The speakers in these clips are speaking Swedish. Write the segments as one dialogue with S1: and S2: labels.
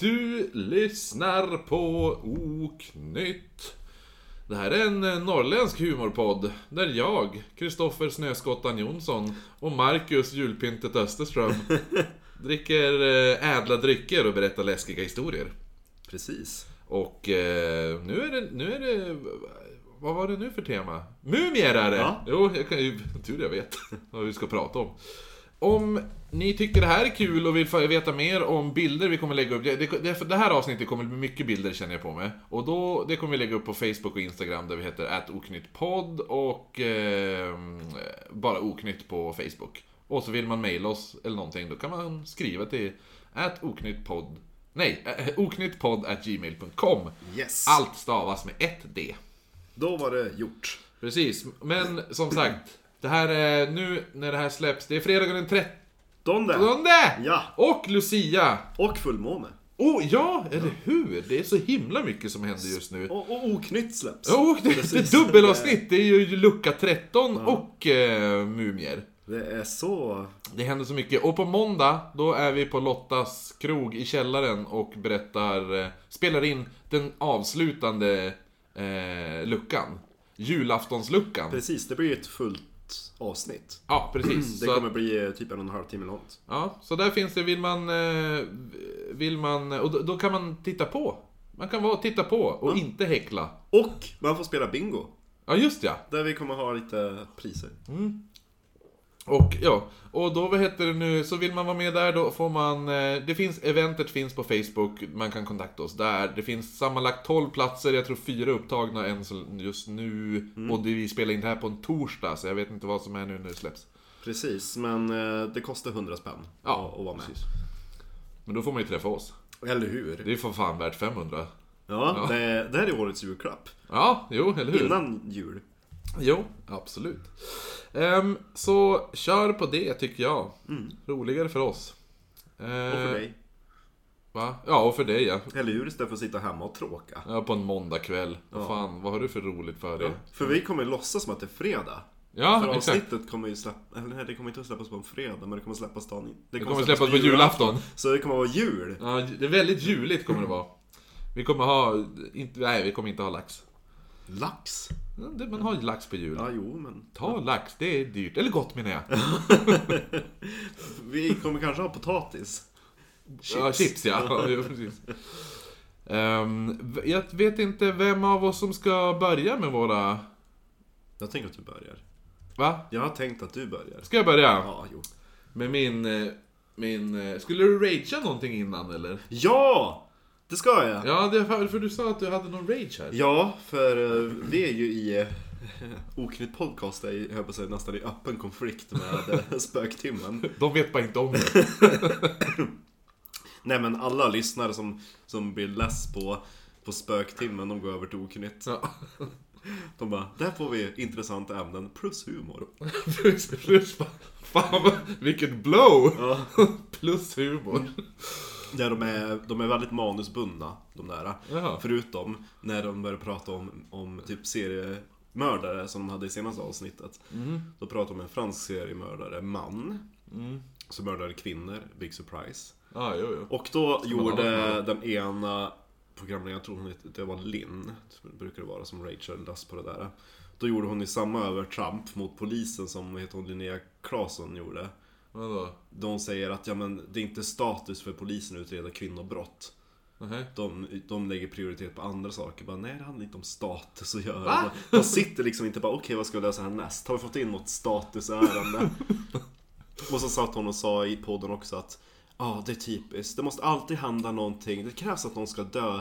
S1: Du lyssnar på Oknytt. Det här är en eh, norrländsk humorpodd där jag, Kristoffer Snöskottan Jonsson och Marcus Julpyntet Österström dricker eh, ädla drycker och berättar läskiga historier.
S2: Precis.
S1: Och eh, nu är det... Nu är det vad var det nu för tema? Mumier är det!
S2: Ja.
S1: Jo, jag kan ju... Tur jag vet vad vi ska prata om. Om ni tycker det här är kul och vill få veta mer om bilder vi kommer lägga upp. Det, det, det här avsnittet kommer bli mycket bilder känner jag på mig. Och då, det kommer vi lägga upp på Facebook och Instagram där vi heter oknyttpodd och eh, bara oknytt på Facebook. Och så vill man mejla oss eller någonting, då kan man skriva till oknyttpodd Nej, eh, oknyttpodd at gmail.com.
S2: Yes.
S1: Allt stavas med ett D.
S2: Då var det gjort.
S1: Precis, men som sagt. Det här är nu när det här släpps. Det är fredagen den 30
S2: Donde.
S1: Sjunde!
S2: Ja.
S1: Och Lucia!
S2: Och fullmåne.
S1: Oh ja, eller hur? Det är så himla mycket som händer just nu.
S2: Och, och oknytt släpps.
S1: Oh, det, det
S2: Precis.
S1: är dubbelavsnitt! Det är ju lucka 13 och eh, mumier.
S2: Det är så...
S1: Det händer så mycket. Och på måndag, då är vi på Lottas krog i källaren och berättar, eh, spelar in den avslutande eh, luckan. Julaftonsluckan.
S2: Precis, det blir ett fullt avsnitt.
S1: Ja, precis.
S2: Det
S1: Så att-
S2: kommer bli eh, typ en och en halv timme långt.
S1: Ja, så där finns det, vill man... eh, Vill man och då, då kan man titta på. Man kan vara och titta på och inte häckla.
S2: Och man får spela bingo.
S1: Ja, just ja.
S2: Där vi kommer ha lite priser.
S1: Och ja, och då vad heter det nu, så vill man vara med där då får man, eh, det finns, eventet finns på Facebook, man kan kontakta oss där. Det finns sammanlagt 12 platser, jag tror fyra upptagna än så just nu.
S2: Mm.
S1: Och det, vi spelar in det här på en torsdag, så jag vet inte vad som är nu när det släpps.
S2: Precis, men eh, det kostar 100 spänn
S1: Ja,
S2: att, att vara med.
S1: Men då får man ju träffa oss.
S2: Eller hur?
S1: Det är för fan värt 500.
S2: Ja, Det, det här är årets julklapp.
S1: Ja, jo, eller hur?
S2: Innan jul.
S1: Jo, absolut. Ehm, så kör på det tycker jag. Roligare för oss.
S2: Mm.
S1: Eh,
S2: Och för dig.
S1: Va? Ja, och för dig ja.
S2: Eller hur? Istället för att sitta hemma och tråka.
S1: ja på en måndagkväll. Vad fan, vad har du för roligt för dig?
S2: För vi kommer låtsas som att det är fredag.
S1: Ja,
S2: För
S1: exakt.
S2: avsnittet kommer ju släppas, eller nej det kommer inte att släppas på en fredag men det kommer släppas dagen
S1: Det kommer släppas på julafton.
S2: Så det kommer vara jul!
S1: Ja, det är väldigt juligt kommer det vara. Vi kommer ha... Inte, nej, vi kommer inte ha lax.
S2: Lax!
S1: Ja, det- Man har ju lax på jul.
S2: Ja jo men...
S1: Ta lax, det är dyrt. Eller gott menar jag.
S2: Vi kommer kanske ha potatis. Chips.
S1: Ja, chips ja. ja jo, precis. Ehm, jag vet inte vem av oss som ska börja med våra...
S2: Jag tänker att du börjar.
S1: Va?
S2: Jag har tänkt att du börjar.
S1: Ska jag börja?
S2: Ja, jo.
S1: Med min... eh, min eh, skulle du ragea någonting innan eller?
S2: Ja! Det ska jag! Ja,
S1: Ja, det, för för du sa att du hade någon rage här.
S2: för eh, vi är ju i... eh, Oknytt podcast är ju, höll jag på att säga, nästan i öppen konflikt med eh, spöktimmen.
S1: De vet bara inte om det.
S2: Nej men alla lyssnare som, som blir less på, på spöktimmen, de går över till okunnigt.
S1: Ja.
S2: De bara, där får vi intressanta ämnen plus humor.
S1: Plus, plus, fan vad- vilket blow!
S2: Ja.
S1: Plus humor.
S2: Där de, är, de är väldigt manusbundna, de där.
S1: Jaha.
S2: Förutom när de börjar prata om, om typ seriemördare som de hade i senaste avsnittet.
S1: Mm,
S2: Då pratar de om en fransk seriemördare, man. Som mördade kvinnor, big surprise.
S1: Ja, mm. ah, jo, jo.
S2: Och då
S1: ha
S2: gjorde den ena programledaren, jag tror hon hette, det var Linn, brukar det vara, som Rachel Lass på det där. Då gjorde hon ju samma övertramp mot polisen som vad heter hon, Linnea Claesson gjorde.
S1: Vadå?
S2: De säger att ja, men, det är inte status för polisen att utreda kvinnobrott.
S1: Nähä.
S2: De, de lägger prioritet på andra saker. Bara, Nej, det handlar inte om status att göra.
S1: Va?
S2: De sitter liksom inte bara, okej vad ska vi lösa härnäst? Har vi fått in något statusärende? och så satt hon och sa i podden också att, ja det är typiskt. Det måste alltid hända någonting. Det krävs att någon ska dö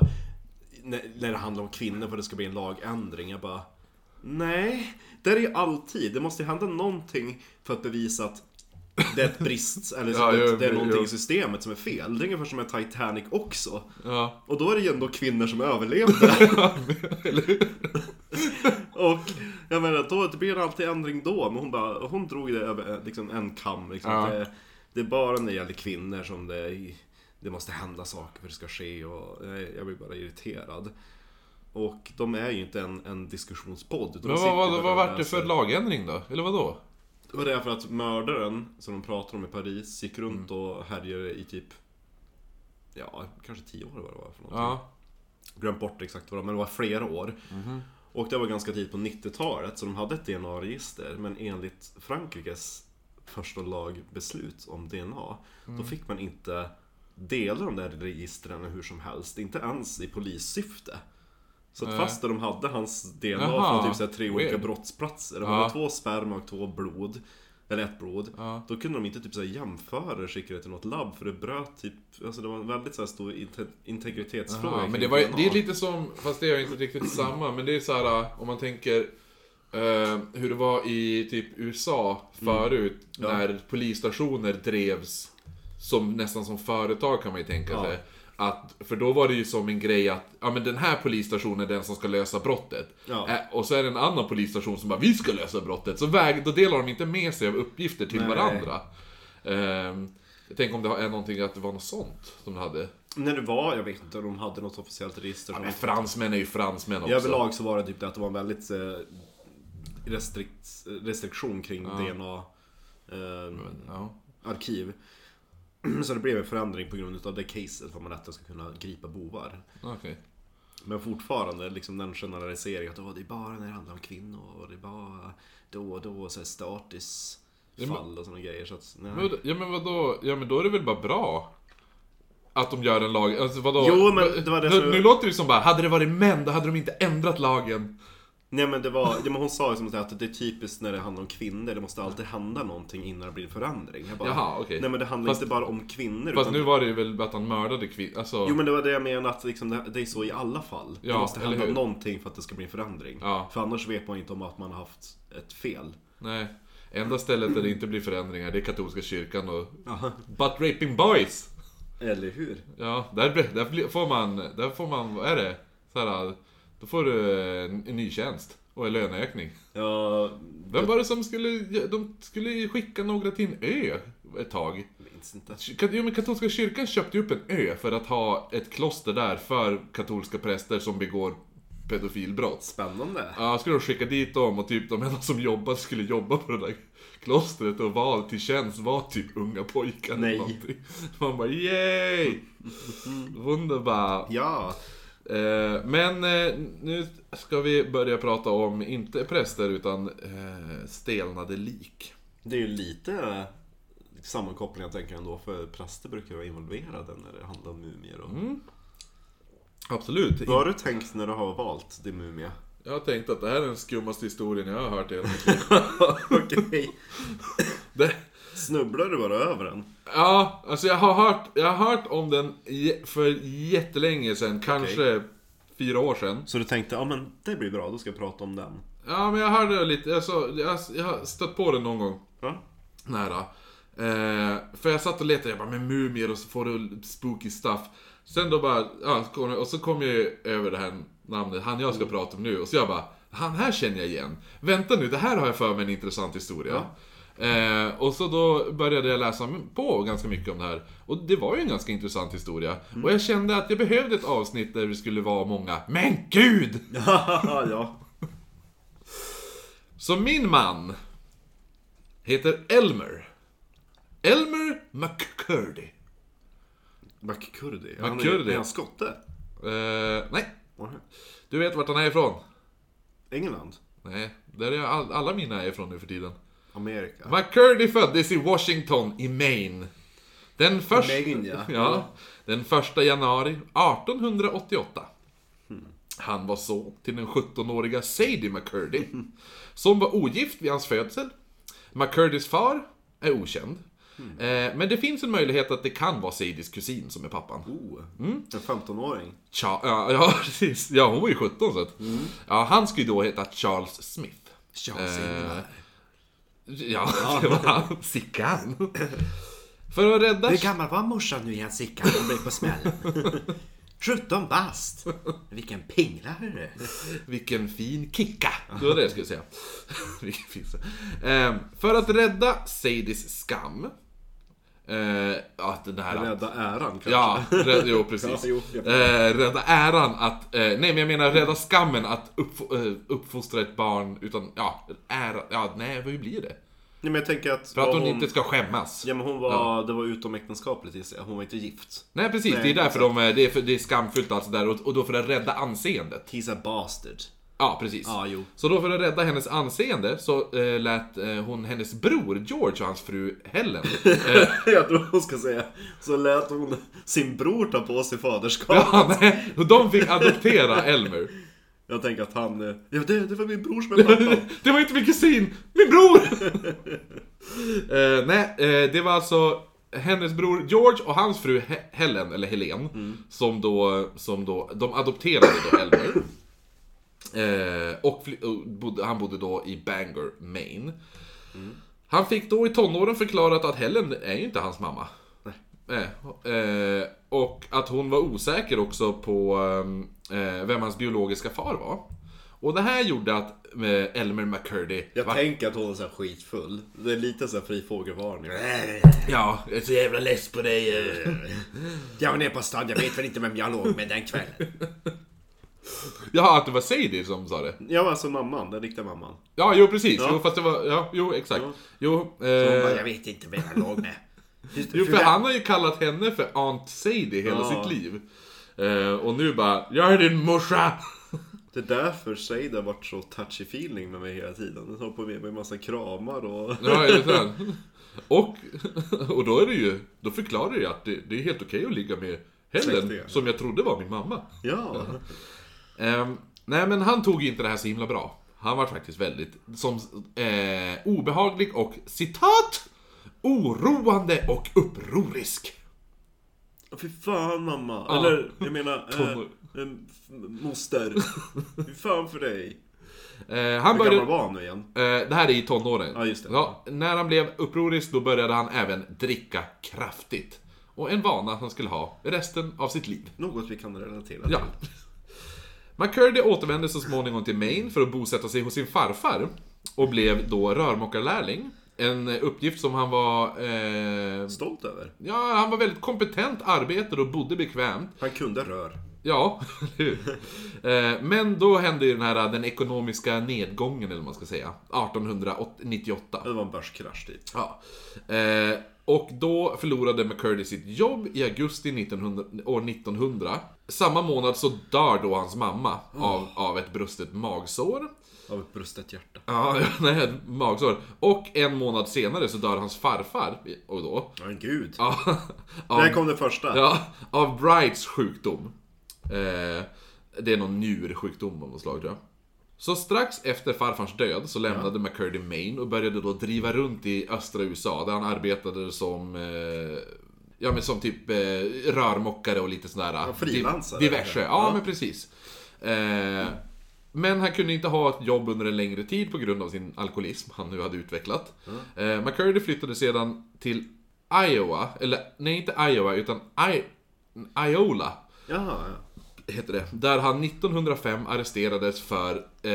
S2: när, när det handlar om kvinnor för att det ska bli en lagändring. Jag bara, nej. Det är ju alltid. Det måste ju hända någonting för att bevisa att det är ett brist, eller så
S1: Ja,
S2: det,
S1: jo,
S2: det är någonting
S1: jo.
S2: i systemet som är fel. Det är ungefär som med Titanic också.
S1: Ja.
S2: Och då är det ju ändå kvinnor som överlevde.
S1: Eller hur?
S2: och jag menar, då det blir det alltid ändring då. Men hon, bara, hon drog det över eh, liksom, en kam. Liksom.
S1: Ja.
S2: Det, det är bara när det gäller kvinnor som det, är- det måste hända saker för att det ska ske. Och eh, jag, jag blir bara irriterad. Och de är ju inte en, en diskussionspodd. utan de
S1: Men
S2: sitter
S1: vad, vad,
S2: bara
S1: vad
S2: och
S1: vart det för
S2: läser.
S1: lagändring då? Eller vadå?
S2: Det var därför
S1: Mm.
S2: att mördaren som de pratar om i Paris gick runt och härjade i typ ja, kanske tio år var det var för någonting.
S1: Ja.
S2: Glömt bort exakt vad det var, men det var flera år.
S1: Mhm.
S2: Och det var ganska tidigt på 90-talet, så de hade ett DNA-register. Men enligt Frankrikes första lagbeslut om DNA, då
S1: Mm.
S2: fick man inte dela de där registren hur som helst. Inte ens i polissyfte. Så att
S1: Nej.
S2: fast de hade hans DNA
S1: Jaha.
S2: från typ så här tre olika
S1: Weird.
S2: brottsplatser. De
S1: Ja.
S2: hade två sperma och två blod. Eller ett blod.
S1: Ja.
S2: Då kunde de inte typ så här jämföra och skicka det till något labb för det bröt typ... Alltså det var en väldigt så här stor inte- integritetsfråga.
S1: Aha, men
S2: kring
S1: det, var, det
S2: DNA.
S1: är lite som, fast det är ju inte riktigt samma, men det är så här äh, om man tänker eh, hur det var i typ USA förut
S2: Mm. Ja.
S1: när polisstationer drevs som, nästan som företag kan man ju tänka
S2: Ja.
S1: sig. Att, för då var det ju som en grej att ja, men den här polisstationen är den som ska lösa brottet.
S2: Ja.
S1: Eh, och så är det en annan polisstation som bara vi ska lösa brottet. Så väg, då delar de inte med sig av uppgifter till
S2: Nej.
S1: varandra. Ehm, jag tänker om det är någonting att det var något sånt som de hade.
S2: När det var, jag vet inte, de hade något officiellt register.
S1: Ja,
S2: som-
S1: men fransmän är ju fransmän
S2: I
S1: också.
S2: överlag så var det typ det att det var en väldigt eh, restrikt, restriktion kring DNA-arkiv.
S1: Ja.
S2: eh, så det blev en förändring på grund av det caset för att man lättare ska kunna gripa bovar.
S1: Okej.
S2: Men fortfarande liksom den generaliseringen att "Åh, det är bara när det handlar om kvinnor och det är bara då och då så här status
S1: men-
S2: fall och sådana grejer. Så att, nej.
S1: Men vadå- Ja men vadå, ja men då är det väl bara bra? Att de gör en lag, alltså vadå?
S2: Jo, men det var det
S1: nu,
S2: som-
S1: nu låter det som bara, hade det varit män då hade de inte ändrat lagen.
S2: Nej men det var, ja, men hon sa ju som så här att det är typiskt när det handlar om kvinnor, det måste alltid hända någonting innan det blir en förändring. Jag bara,
S1: Jaha, okej.
S2: Nej men det handlar
S1: Fast-
S2: inte bara om kvinnor.
S1: Fast
S2: utan,
S1: nu var det ju väl att han mördade kvinnor, alltså...
S2: Jo men det var det jag menade, att liksom det, det är så i alla fall. det
S1: Ja,
S2: måste
S1: eller
S2: hända
S1: hur?
S2: någonting för att det ska bli en förändring.
S1: Ja.
S2: För annars vet man inte om att man har haft ett fel.
S1: Nej. Enda stället där det inte blir förändringar, det är katolska kyrkan och... But raping boys!
S2: Eller hur?
S1: Ja, där, blir- där blir- får man, där får man, vad är det? Så här, då får du en, en ny tjänst och en löneökning.
S2: Ja,
S1: Vem var det som skulle, de skulle skicka några till en ö ett tag?
S2: jag minns inte.
S1: Kat- Jo men katolska kyrkan köpte ju upp en ö för att ha ett kloster där för katolska präster som begår pedofilbrott.
S2: Spännande.
S1: Ja, skulle de skicka dit dem och typ de enda som jobbade skulle jobba på det där klostret och var till tjänst var typ unga pojkar eller
S2: Nej.
S1: någonting. Man bara yay! Wunderbar!
S2: Ja,
S1: Eh, men eh, nu ska vi börja prata om, inte präster utan eh, stelnade lik.
S2: det är ju lite eh, sammankoppling jag tänker ändå, för präster brukar ju vara involverade när det handlar om mumier. Och...
S1: Absolut.
S2: Vad har du tänkt när du har valt din mumie?
S1: Jag har tänkt att det här är den skummaste historien jag har hört i hela mitt liv.
S2: Okej.
S1: Det-
S2: Snubblar du bara över den?
S1: Ja, alltså jag har hört, jag har hört om den j- för jättelänge sedan, kanske fyra år sedan.
S2: Så du tänkte, ja men det blir bra, då ska jag prata om den.
S1: Ja, men jag hörde lite, alltså, jag, jag har stött på den någon gång.
S2: Ja.
S1: nära. Eh, för jag satt och letade, jag bara med mumier och så får du spooky stuff. Sen då bara, ja, så kom jag- och så kom jag ju över det här namnet, han jag ska prata om nu, och så jag bara, han här känner jag igen. Vänta nu, det här har jag för mig en intressant historia. Eh, och så då började jag läsa på ganska mycket om det här. Och det var ju en ganska intressant historia. Och jag kände att jag behövde ett avsnitt där det skulle vara många Men gud!
S2: ja.
S1: Så min man heter Elmer. Elmer McCurdy.
S2: McCurdy. Han
S1: McCurdy.
S2: är, är han skotte?
S1: Eh, nej,
S2: Aha.
S1: du vet vart han är ifrån?
S2: England?
S1: Nej, där är all, alla mina är ifrån nu för tiden.
S2: Amerika?
S1: McCurdy föddes i Washington i Maine. Den första...
S2: Maine, ja.
S1: ja. Den första januari 1888. Han var son till den 17-åriga Sadie McCurdy, som var ogift vid hans födsel. McCurdys far är okänd. Eh, Men det finns en möjlighet att det kan vara Sadies kusin som är pappan.
S2: Oh. En 15-åring?
S1: Cha- ja, ja, precis. Ja, hon var ju 17 så att. Ja, han skulle ju då heta Charles Smith.
S2: Charles England.
S1: Ja, det var han. Sickan. För att rädda...
S2: Hur gammal var morsan nu igen Sickan? Hon blev på smällen. 17 bast. Vilken pingla hörru.
S1: Vilken fin kicka! Det var det jag skulle säga. Vilken fin... Ehm, För att rädda Sadies skam... Eh, ja, den här...
S2: Rädda äran kanske?
S1: Ja, rädda, jo precis.
S2: Ja, jo, jag
S1: eh, rädda äran att, eh, nej men jag menar rädda skammen att uppf- eh, uppfostra ett barn utan, ja, ära, ja nej hur blir det?
S2: Nej men jag tänker att...
S1: För att
S2: vad
S1: hon inte ska skämmas.
S2: Ja men hon var... Det var utomäktenskapligt gissar jag. Hon var inte gift.
S1: Nej precis,
S2: Nej,
S1: det är därför de, är- det är, för, det är skamfyllt alltså där och, och då för att rädda anseendet.
S2: He's a bastard.
S1: Ja precis.
S2: Ja, jo.
S1: Så då för att rädda hennes anseende så eh, lät eh, hon hennes bror George och hans fru Helen.
S2: jag tror hon ska säga. Så lät hon sin bror ta på sig faderskapet.
S1: ja, nej, och de fick adoptera Elmer.
S2: Jag tänker att han... eh, Ja det, det var min bror som är pappan.
S1: det var inte min kusin, min bror! Eh, nej, eh, det var alltså hennes bror George och hans fru He- Helen, eller Helen,
S2: Mm.
S1: som, då, som då, de adopterade då Elmer. Eh, och fly- och bodde, han bodde då i Bangor, Maine. Han fick då i tonåren förklarat att Helen är ju inte hans mamma. Eh, eh, och att hon var osäker också på eh, vem hans biologiska far var. Och det här gjorde att eh, Elmer McCurdy
S2: Jag
S1: var-
S2: tänker att hon är så här skitfull. Det är lite så här fri fågelvarning.
S1: Ja, jag är så jävla less på dig. eh.
S2: Jag var nere på stan, jag vet väl inte vem jag låg med den kvällen.
S1: Jaha, att det var Sadie som sa det.
S2: Jag var alltså mamman, den riktiga mamman.
S1: Ja, jo precis.
S2: Ja.
S1: Jo, fast det var... Ja, jo, exakt.
S2: Ja.
S1: Jo,
S2: Hon
S1: eh,
S2: bara, jag vet inte vem jag låg med.
S1: jo, för han har ju kallat henne för Aunt Sadie hela
S2: Ja.
S1: sitt liv. Eh, och nu bara, jag är din morsa!
S2: Det är därför Shade har varit så touchy-feeling med mig hela tiden. Den har på med mig en massa kramar och...
S1: Ja, är det så? Och, och då är det ju, då förklarar det ju att det, det är helt okej att ligga med Helen,
S2: Släktingar.
S1: som jag trodde var min mamma.
S2: Ja.
S1: Ehm, nej men han tog inte det här så himla bra. Han var faktiskt väldigt som, eh, obehaglig och citat oroande och upprorisk.
S2: Fy fan mamma.
S1: Ja.
S2: Eller jag menar... Eh,
S1: Tonår.
S2: eh, f- moster. Fy fan för dig.
S1: Eh, han
S2: Hur gammal
S1: började,
S2: var han nu igen?
S1: eh, det här är i tonåren.
S2: Ja, just det.
S1: Ja, när han blev upprorisk då började han även dricka kraftigt. Och en vana han skulle ha resten av sitt liv.
S2: Något vi kan relatera
S1: Ja.
S2: till.
S1: McCurdy återvände så småningom till Maine för att bosätta sig hos sin farfar och blev då rörmokarlärling. En uppgift som han var... Eh,
S2: Stolt över.
S1: Ja, han var väldigt kompetent arbetare och bodde bekvämt.
S2: Han kunde rör.
S1: Ja, eller hur? Eh, Men då hände ju den här den ekonomiska nedgången, eller vad man ska säga. 1898.
S2: Det var en börskrasch typ.
S1: Ja. Eh, Och då förlorade McCurdy sitt jobb i augusti 1900, år 1900. Samma månad så dör då hans mamma av, av ett brustet magsår.
S2: Av ett brustet hjärta.
S1: Ja, nej, ett magsår. Och en månad senare så dör hans farfar, och då,
S2: Men gud.
S1: ja, av
S2: Där kom det första.
S1: Ja, av Brights sjukdom. Eh, det är någon njursjukdom av något slag tror jag. Så strax efter farfars död så lämnade McCurdy Maine och började då driva runt i östra USA där han arbetade som eh, Ja men som typ eh, rörmokare och lite sådär. Ja,
S2: frilansare.
S1: Diverse, ja,
S2: Ja.
S1: men precis. Eh, men han kunde inte ha ett jobb under en längre tid på grund av sin alkoholism han nu hade utvecklat. Eh, McCurdy flyttade sedan till Iowa, eller nej inte Iowa utan I- Iola
S2: Jaha, ja.
S1: heter det. Där han 1905 arresterades för, eh,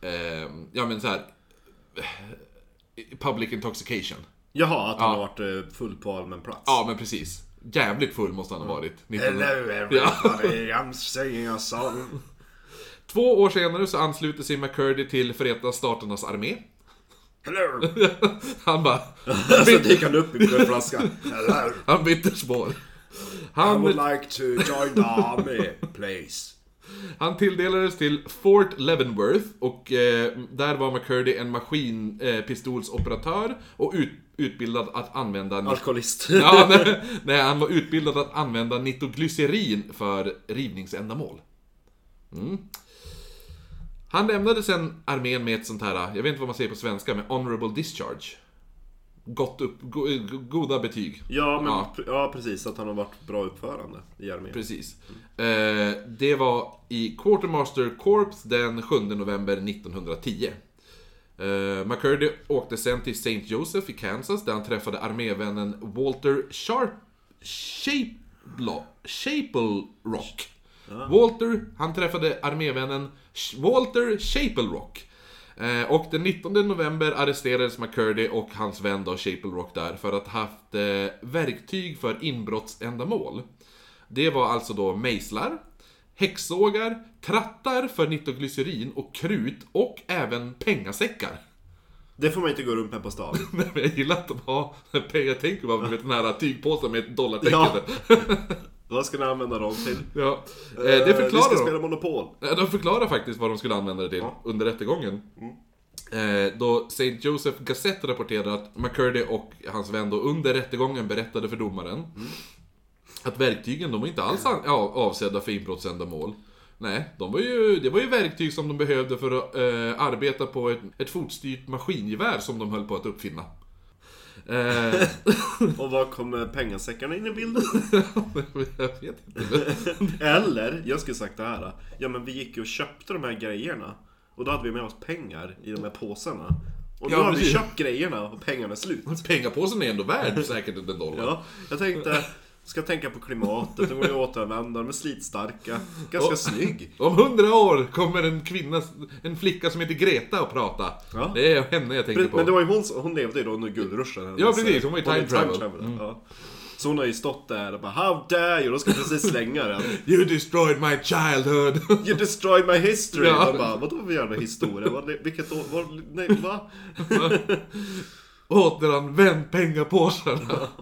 S1: eh, ja men så här eh, public intoxication.
S2: Jaha, att han har varit eh, full på allmän plats.
S1: Ja men precis. Jävligt full måste han ha varit. 1900.
S2: everybody, I'm singing a song.
S1: Två år senare så ansluter sig McCurdy till Förenta Staternas armé.
S2: Hello!
S1: Han bara, Alltså,
S2: Så dyker han upp i flaskan. Hello!
S1: han byter spår.
S2: I
S1: Han,
S2: would like to join the army, please.
S1: han tilldelades till Fort Leavenworth och eh, där var McCurdy en maskinpistolsoperatör och ut, utbildad att använda...
S2: Alkoholist.
S1: Ja, nej, nej, han var utbildad att använda nitroglycerin för rivningsändamål. Mm. Han lämnade sen armén med ett sånt här, jag vet inte vad man säger på svenska, men honorable discharge. Gott upp, go, goda betyg.
S2: Ja, men,
S1: Ja.
S2: ja. precis. Att han har varit bra uppförande i armén.
S1: Precis. Eh, det var i Quartermaster Corps den 7 november 1910. Eh, McCurdy åkte sen till St. Joseph i Kansas där han träffade armévännen Walter Sharp... Shapelo- Chapel Rock. Walter, han träffade armévännen Sh- Walter Chapel Rock. Eh, och den 19 november arresterades McCurdy och hans vän då Chapel Rock där för att ha haft eh, verktyg för inbrottsändamål. Det var alltså då mejslar, häcksågar, trattar för nitroglycerin och krut och även pengasäckar.
S2: Det får man inte gå runt med på stan.
S1: Nej, men jag gillar att de har Jag tänker bara på den här tygpåsen med ett dollartecken.
S2: Ja.
S1: Ja.
S2: Vad ska ni använda dem till?
S1: Eh, Det
S2: Vi ska
S1: förklarar de.
S2: spela Monopol.
S1: Ja, De förklarar faktiskt vad de skulle använda det till
S2: Ja.
S1: under rättegången. Eh, Då St. Joseph Gazette rapporterar att McCurdy och hans vän då under rättegången berättade för domaren att verktygen, de var inte alls an- ja, avsedda för inbrottsändamål. Nej, de var ju, det var ju verktyg som de behövde för att eh, arbeta på ett, ett fotstyrt maskingevär som de höll på att uppfinna. Eh,
S2: Och var kommer pengasäckarna in i bilden?
S1: jag vet inte.
S2: Eller, jag skulle sagt det här. Ja men vi gick ju och köpte de här grejerna. Och då hade vi med oss pengar i de här påsarna. Och nu
S1: Ja,
S2: har vi
S1: precis.
S2: köpt grejerna och pengarna är slut.
S1: Pengapåsen är ändå värd säkert en dollar.
S2: Ja, jag tänkte, ska tänka på klimatet, de går ju att återanvända, de är slitstarka. Ganska
S1: Ja.
S2: snygg.
S1: Om hundra år kommer en kvinna, en flicka som heter Greta att prata.
S2: Ja.
S1: Det är henne jag tänker
S2: Men
S1: på.
S2: men det var ju hon, som- hon levde ju då under guldruschen. hennes-
S1: Ja, precis, hon var ju
S2: är
S1: time travel. Mm.
S2: ja. Så hon har ju stått där och bara How dare you? Och de ska precis slänga den.
S1: You destroyed my childhood!
S2: You destroyed my history!
S1: Ja.
S2: Ja. Man bara, vadå för jävla historia? Vad, vilket år? Var, nej, va?
S1: Återanvänd pengapåsarna!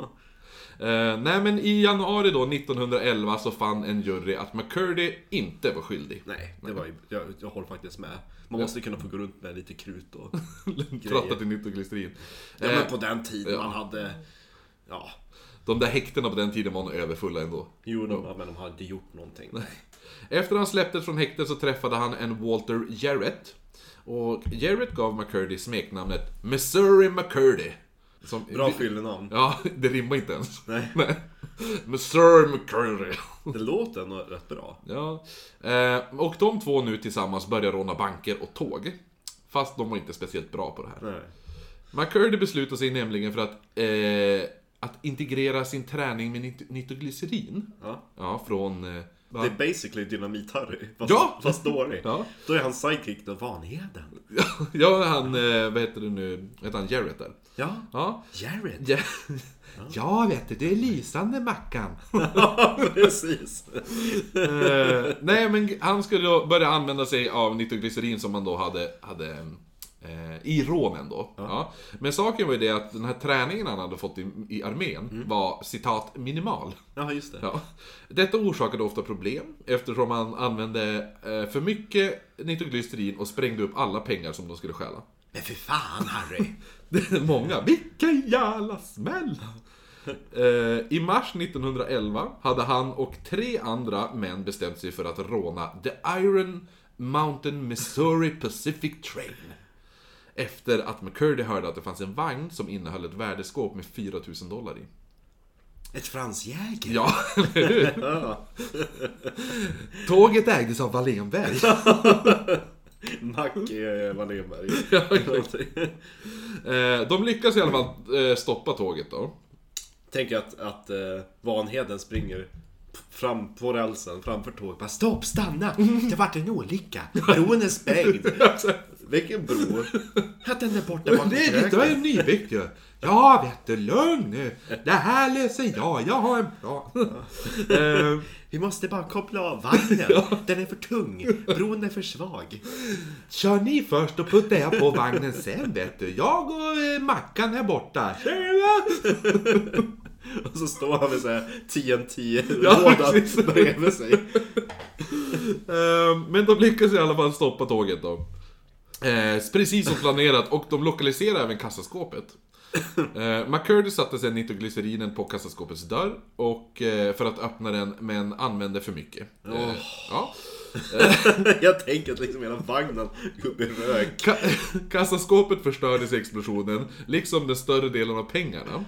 S1: Eh, nej men i januari då 1911 så fann en jury att McCurdy inte var skyldig.
S2: Nej, det var ju, jag, jag håller faktiskt med. Man måste kunna få gå runt med lite krut och...
S1: Pratat i nytt och glycerin.
S2: Ja,
S1: Eh,
S2: men på den tiden man hade... Ja,
S1: De där häktena på den tiden var nog överfulla ändå.
S2: jo, de, men de hade inte gjort någonting.
S1: Efter han släpptes från häktet så träffade han en Walter Jarrett. Och Jarrett gav McCurdy smeknamnet Missouri McCurdy. Som,
S2: Bra fyllenamn.
S1: Ja, det rimmar inte ens.
S2: Nej.
S1: Missouri McCurdy.
S2: Det låter ändå rätt bra.
S1: Ja. Eh, och de två nu tillsammans börjar råna banker och tåg. Fast de var inte speciellt bra på det här.
S2: Nej.
S1: McCurdy beslutar sig nämligen för att, eh, att integrera sin träning med nit- nitroglycerin.
S2: Ja.
S1: Ja, från... Eh,
S2: Det är basically Dynamit-Harry, fast,
S1: Ja!
S2: fast dålig.
S1: Ja.
S2: Då är han sidekick då, Vanheden.
S1: ja, han... Eh, vad heter det nu? Heter han Jarrett där?
S2: Ja,
S1: Ja.
S2: Jared.
S1: Ja, ja vet du, det är lysande Mackan.
S2: Ja, precis.
S1: Eh, nej, men han skulle då börja använda sig av nitroglycerin som man då hade, hade eh, i rånen då. Ja. Men saken var ju det att den här träningen han hade fått i, i armén var citat minimal.
S2: Ja, just det.
S1: Ja. Detta orsakade ofta problem eftersom han använde eh, för mycket nitroglycerin och sprängde upp alla pengar som de skulle stjäla.
S2: Men för fan, Harry.
S1: Det är många. Vilken jävla smäll! Eh, I mars 1911 hade han och tre andra män bestämt sig för att råna The Iron Mountain Missouri Pacific Train. Efter att McCurdy hörde att det fanns en vagn som innehöll ett värdeskåp med 4000 dollar i.
S2: Ett fransjäger.
S1: Ja, eller hur? Tåget ägdes av Wallenberg.
S2: Mac eh, Wallenberg.
S1: Eh, De lyckas i alla fall eh, stoppa tåget då.
S2: Tänk att, att eh, Vanheden springer fram på rälsen framför tåget. Bara, Stopp, stanna! Det vart en olycka. Bron är sprängd. Vilken bro? Att den där borta bakom
S1: Det, det, det var ju nybyggt ju. Ja, vet du, lugn nu. Det här löser jag. Jag har en plan. Eh,
S2: Vi måste bara koppla av vagnen. Den är för tung. Bron är för svag.
S1: Kör ni först och puttar jag på vagnen sen vet du. Jag och eh, Mackan här borta. Tjena!
S2: Och så står han med så
S1: Ja,
S2: här TNT-låda
S1: precis.
S2: bredvid sig.
S1: Eh, Men de lyckas i alla fall stoppa tåget då. Eh, precis som planerat och de lokaliserar även kassaskåpet. Eh, McCurdy satte sedan nitroglycerinen på kassaskåpets dörr och, eh, för att öppna den men använde för mycket. Eh, ja.
S2: Jag tänker att liksom hela vagnen går upp i rök.
S1: Ka- kassaskåpet förstördes i explosionen, liksom den större delen av pengarna.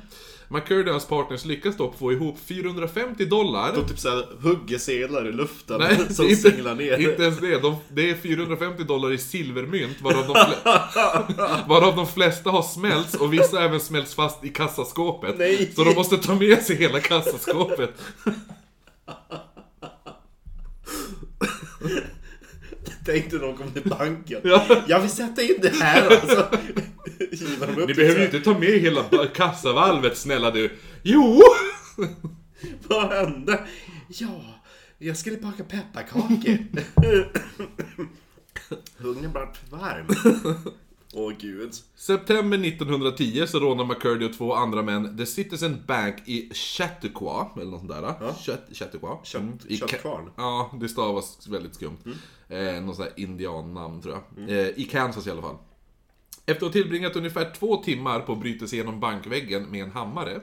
S1: McCurdy och hans partners lyckas dock få ihop 450 dollar.
S2: Och typ såhär hugger sedlar i luften
S1: Nej,
S2: som
S1: det är
S2: singlar ner.
S1: inte ens det. De, det är 450 dollar i silvermynt, varav de, fle- varav de flesta har smälts och vissa även smälts fast i kassaskåpet.
S2: Nej.
S1: Så de måste ta med sig hela kassaskåpet.
S2: Tänk dig någon kommer till banken.
S1: Ja.
S2: Jag vill sätta in det här alltså. Givar de upp
S1: Ni behöver
S2: det så
S1: ju
S2: här.
S1: inte ta med hela ba- kassavalvet, snälla du. Jo!
S2: Vad hände? Ja, jag skulle baka pepparkakor. Ugnen vart varm. Åh gud.
S1: September 1910 så rånar McCurdy och två andra män The Citizen Bank i Chautauqua, eller något sånt där. Ja. Chautauqua. Mm, i Ca-
S2: Köttkvarn.
S1: Ja, det stavas väldigt skumt. Eh, någon sån här indiannamn tror jag. Eh, I Kansas i alla fall. Efter att ha tillbringat ungefär två timmar på att bryta sig igenom bankväggen med en hammare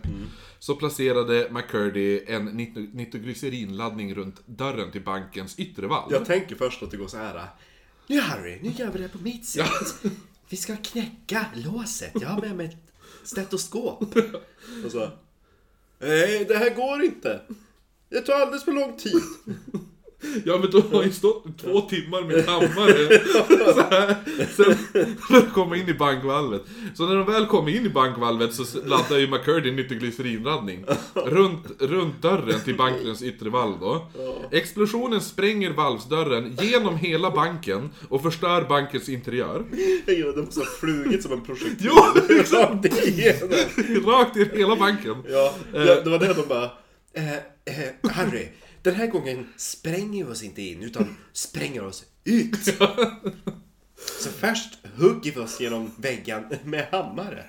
S1: så placerade McCurdy en nit- nitroglycerinladdning runt dörren till bankens yttre valv.
S2: Jag tänker först att det går så här. Nu Harry, nu gör vi det på mitt sätt. Vi ska knäcka låset. Jag har med mig ett stetoskop. Och så. Nej, det här går inte. Det tar alldeles för lång tid.
S1: Ja men de har ju stått två timmar med en hammare så här, sen, för att komma in i bankvalvet. Så när de väl kommer in i bankvalvet så laddar ju McCurdy nitroglycerinladdning runt, runt dörren till bankens yttre valv då. Explosionen spränger valvsdörren genom hela banken och förstör bankens interiör.
S2: Jag gillar att det måste ha flugit som en projektil.
S1: Jo,
S2: Rakt igenom.
S1: Rakt i hela banken.
S2: Ja, det, det var det de bara... Eh, eh, Harry, den här gången spränger vi oss inte in utan spränger oss ut. Så först hugger vi oss genom väggen med hammare.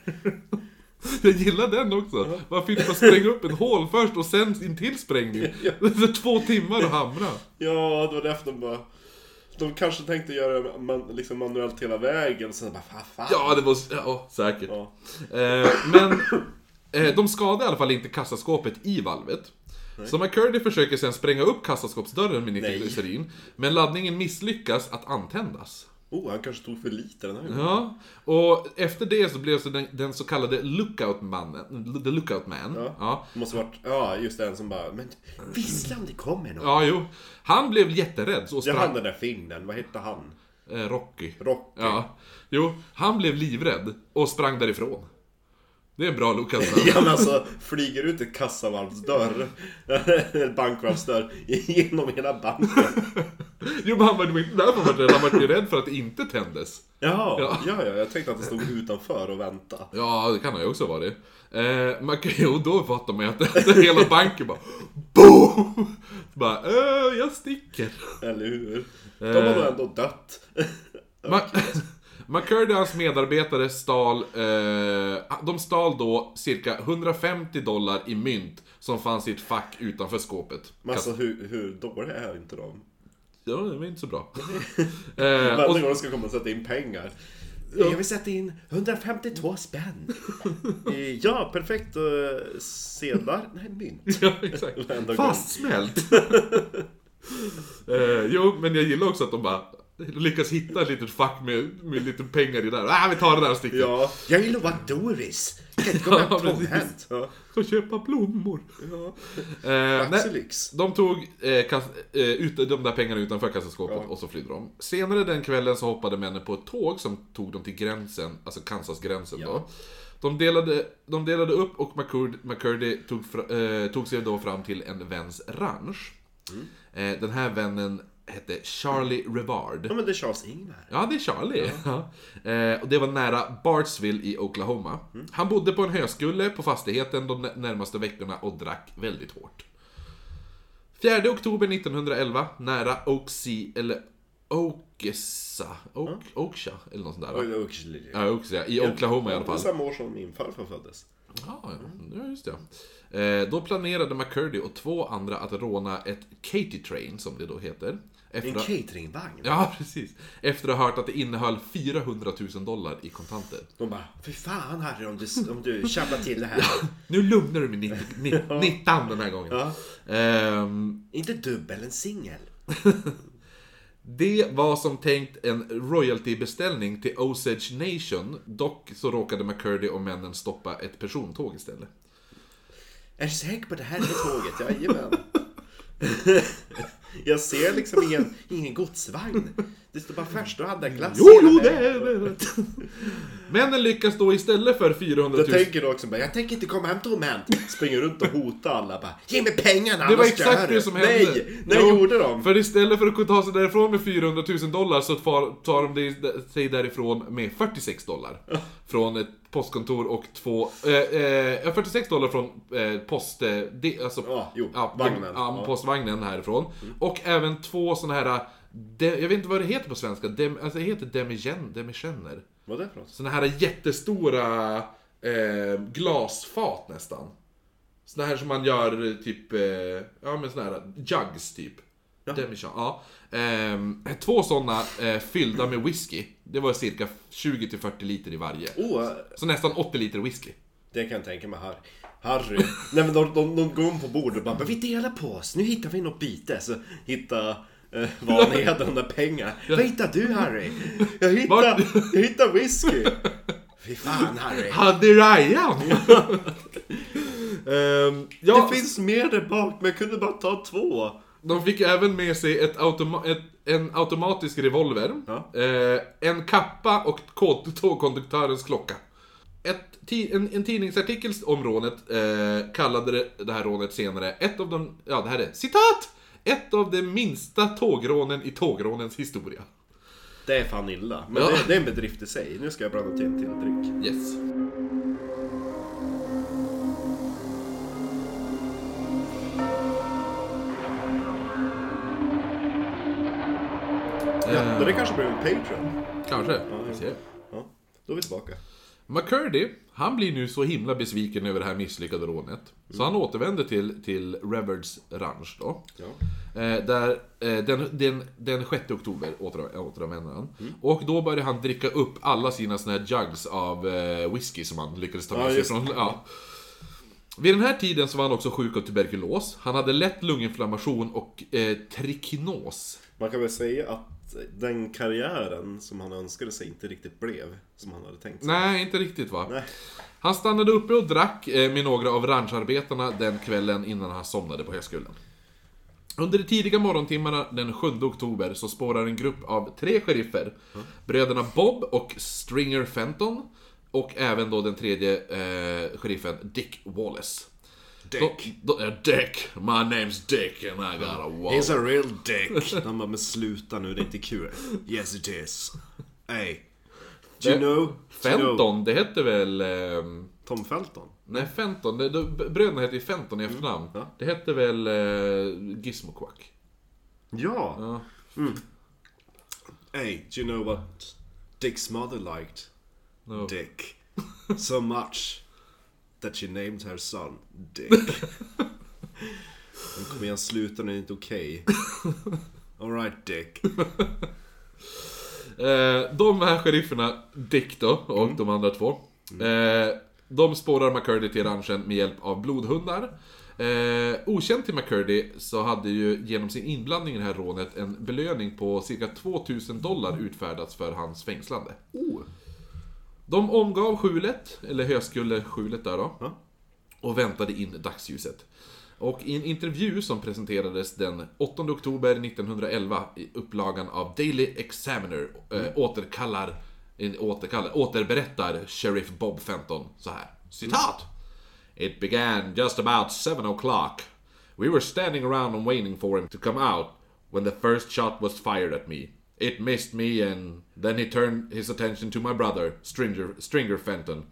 S1: Jag gillar den också. Varför inte bara spränga upp ett hål först och sen intill sprängning? För två timmar att hamra.
S2: Ja, det var därför de bara... De kanske tänkte göra det man, liksom manuellt hela vägen och sen bara fan, fan.
S1: Ja, det var ja, säkert.
S2: Ja.
S1: Eh, men eh, de skadade i alla fall inte kassaskåpet i valvet. Så McCurdy försöker sen spränga upp kassaskåpsdörren med nitroglycerin, men laddningen misslyckas att antändas.
S2: Oh, han kanske tog för lite den här gången.
S1: Ja, och efter det så blev så den, den så kallade lookout-mannen, the lookout man, ja.
S2: Ja.
S1: Ja,
S2: Det måste varit, ja just den som bara, men vissla om det kommer någon.
S1: jo. Han blev jätterädd och
S2: Ja, han
S1: sprang...
S2: den där finnen, vad hette han?
S1: Eh, Rocky.
S2: Rocky.
S1: Ja. Jo, han blev livrädd och sprang därifrån. Det är en bra lookout man.
S2: Ja men alltså, flyger ut ett kassavalvsdörr, en bankvalvsdörr, genom hela banken.
S1: Jo, men han var ju inte därför han var rädd, han var ju rädd för att det inte tändes.
S2: Jaha,
S1: Ja.
S2: ja. ja, jag tänkte att det stod utanför och väntade.
S1: Ja, det kan han ju också vara det. Eh, man kan, jo, då fattar man ju att att hela banken bara BOOM! Så bara, eh, jag sticker.
S2: Eller hur? De
S1: Eh.
S2: har nog ändå dött.
S1: Ma- McCurdy och hans medarbetare stal, eh, de stal då cirka 150 dollar i mynt som fanns i ett fack utanför skåpet.
S2: Men alltså hur, hur dåliga är inte de?
S1: Ja, det var inte så bra. Eh, och,
S2: Varenda gång de ska komma och sätta in pengar. Jag vill sätta in 152 spänn. Eh, ja, perfekt. eh, Sedlar? Nej, mynt.
S1: ja, exakt.
S2: Varenda gång.
S1: Fastsmält! eh, jo, men jag gillar också att de bara lyckas hitta ett litet fack med, med lite pengar i där. Ah, vi tar det där och sticker.
S2: Ja. Jag vill lova Doris. Kan inte
S1: Ja,
S2: komma
S1: precis.
S2: tomhänt. Ja.
S1: Ska köpa blommor.
S2: Ja.
S1: Eh, nej,
S2: Axelix.
S1: de tog eh, kass, eh, ut, de där pengarna utanför kassaskåpet och så flydde de. Senare den kvällen så hoppade männen på ett tåg som tog dem till gränsen, alltså Kansas-gränsen då. De delade, de delade upp och McCurdy, McCurdy tog, fra, eh, tog sig då fram till en väns ranch. Eh, den här vännen hette Charlie Rivard.
S2: Ja, men det är Charles-Ingvar.
S1: Ja, det är Charlie. Ja. Eh, och det var nära Bartsville i Oklahoma. Han bodde på en höskulle på fastigheten de nä- närmaste veckorna och drack väldigt hårt. 4 oktober 1911, nära Oaksea, eller Oakesa, Oak, Oaksha, eller något sånt där.
S2: Oj,
S1: va?
S2: det var Oxley.
S1: Ja, Oaksea, i Oklahoma i alla
S2: Det är
S1: fall.
S2: samma år som min farfar föddes.
S1: Ja, ja, just det. Eh, då planerade McCurdy och två andra att råna ett Katy Train, som det då heter.
S2: En
S1: Efter att,
S2: cateringvagn.
S1: ja, precis. Efter att ha hört att det innehöll 400 000 dollar i kontanter.
S2: De bara, fy fan Harry om du, om du tjabbar till det här.
S1: Nu lugnar du mig nitt- nitt- Nittan den här gången.
S2: Ja.
S1: Ehm,
S2: Inte dubbel, en singel.
S1: det var som tänkt en royaltybeställning till Osage Nation. Dock så råkade McCurdy och männen stoppa ett persontåg istället.
S2: Är du säker på det här är tåget? Jajamän. Jag ser liksom ingen, ingen godsvagn. Det står bara först, då hade jag glass
S1: Jo,
S2: hela
S1: jo, det
S2: vägen.
S1: är det. Männen lyckas då istället för 400 000...
S2: Jag tänker då också bara, jag tänker inte komma hem tomhänt. Springer runt och hotar alla bara, ge mig pengarna
S1: Det var
S2: annars dör
S1: exakt
S2: du.
S1: det som hände.
S2: Nej, nej
S1: Jo,
S2: gjorde de.
S1: För istället för att kunna ta sig därifrån med 400 000 dollar så tar, tar de dig- sig därifrån med 46 dollar. Från ett postkontor och två... Eh, eh, 46 dollar från eh, post... Eh, de, alltså,
S2: Ja, jo,
S1: ja,
S2: vagnen.
S1: Ja,
S2: Ja. Mm.
S1: postvagnen härifrån. Och eh, även två såna här... De, jag vet inte vad det heter på svenska. Dem, alltså det heter demigen, demigener.
S2: Vad är det för något?
S1: Såna här jättestora eh, glasfat nästan. Såna här som man gör eh, typ, eh, ja men såna här jugs typ.
S2: Ja.
S1: Demijohn, ja. Ehm, två såna eh, fyllda med whisky. Det var cirka 20-40 liter i varje.
S2: Åh, oh,
S1: Så nästan 80 liter whisky.
S2: det kan jag tänka mig Harry. Harry. Nej men de, de, de går om på bordet och bara men vi delar på oss, nu hittar vi något byte. Så hitta eh, vad han hade de där pengarna. Vad hittar du Harry? Jag hittar,
S1: Vart?
S2: jag hittar whisky. Fy fan Harry.
S1: Hade Ryan! Ehm, ja,
S2: Det finns mer där bak men jag kunde bara ta två.
S1: De fick även med sig ett automa- ett, en automatisk revolver,
S2: Ja.
S1: eh, en kappa och kod- tågkonduktörens klocka. Ett, ti- en, en tidningsartikel om rånet eh, kallade det, det här rånet senare ett av de, ja det här är citat! Ett av de minsta tågrånen i tågrånens historia.
S2: Det är fan illa. Men
S1: Ja.
S2: det, det är en bedrift i sig. Nu ska jag blanda till en till drink.
S1: Yes.
S2: Ja, det kanske blir en Patreon.
S1: Kanske.
S2: ja.
S1: Vi ser.
S2: Ja, då är vi tillbaka.
S1: McCurdy, han blir nu så himla besviken över det här misslyckade rånet. Så
S2: Mm.
S1: han återvänder till, till Revards ranch då.
S2: Ja.
S1: Eh, där, eh, den, den, den 6 oktober åter, återvänder han.
S2: Mm.
S1: Och då börjar han dricka upp alla sina såna här jugs av eh, whisky som han lyckades ta
S2: Ja,
S1: med sig
S2: just
S1: från... Ja. Vid den här tiden så var han också sjuk av tuberkulos. Han hade lätt lunginflammation och eh, trikinos.
S2: Man kan väl säga att den karriären som han önskade sig inte riktigt blev som han hade tänkt sig.
S1: Nej, inte riktigt va?
S2: Nej.
S1: Han stannade uppe och drack eh, med några av rancharbetarna den kvällen innan han somnade på höskullen. Under de tidiga morgontimmarna den 7 oktober så spårar en grupp av tre sheriffer, bröderna Bob och Stringer Fenton, och även då den tredje eh, sheriffen Dick Wallace.
S2: Dick.
S1: Då, då, eh, Dick! My name's Dick and I got a wall.
S2: a real dick. Han bara, men sluta nu, det är inte kul. Yes it is. Hey. Do
S1: Det-
S2: you know? do you know
S1: Fenton, det hette väl... ehm,
S2: Tom Felton?
S1: Nej, Fenton. Det, det, bröderna hette ju Fenton i efternamn.
S2: ja.
S1: Det hette väl eh, Gizmo Quack.
S2: Ja. Mm.
S1: Ja.
S2: Hey, do you know what Dick's mother liked?
S1: No.
S2: Dick. So much that she named her son Dick. Men kom igen, sluta nu, det är inte okej. Alright Dick.
S1: Eh, de här sherifferna, Dick då, och
S2: Mm.
S1: de andra två. Eh, de spårar McCurdy till ranchen med hjälp av blodhundar. Eh, okänt till McCurdy så hade ju genom sin inblandning i det här rånet en belöning på cirka 2000 dollar utfärdats för hans fängslande.
S2: Oh.
S1: De omgav skjulet, eller höskulleskjulet där då.
S2: Ja.
S1: Och väntade in dagsljuset. Och i en intervju som presenterades den 8 oktober 1911 i upplagan av Daily Examiner eh, återkallar, en återkallar, återberättar Sheriff Bob Fenton så här. Citat! It began just about seven o'clock. We were standing around and waiting for him to come out when the first shot was fired at me. It missed me, and then he turned his attention to my brother, Stringer, Stringer Fenton.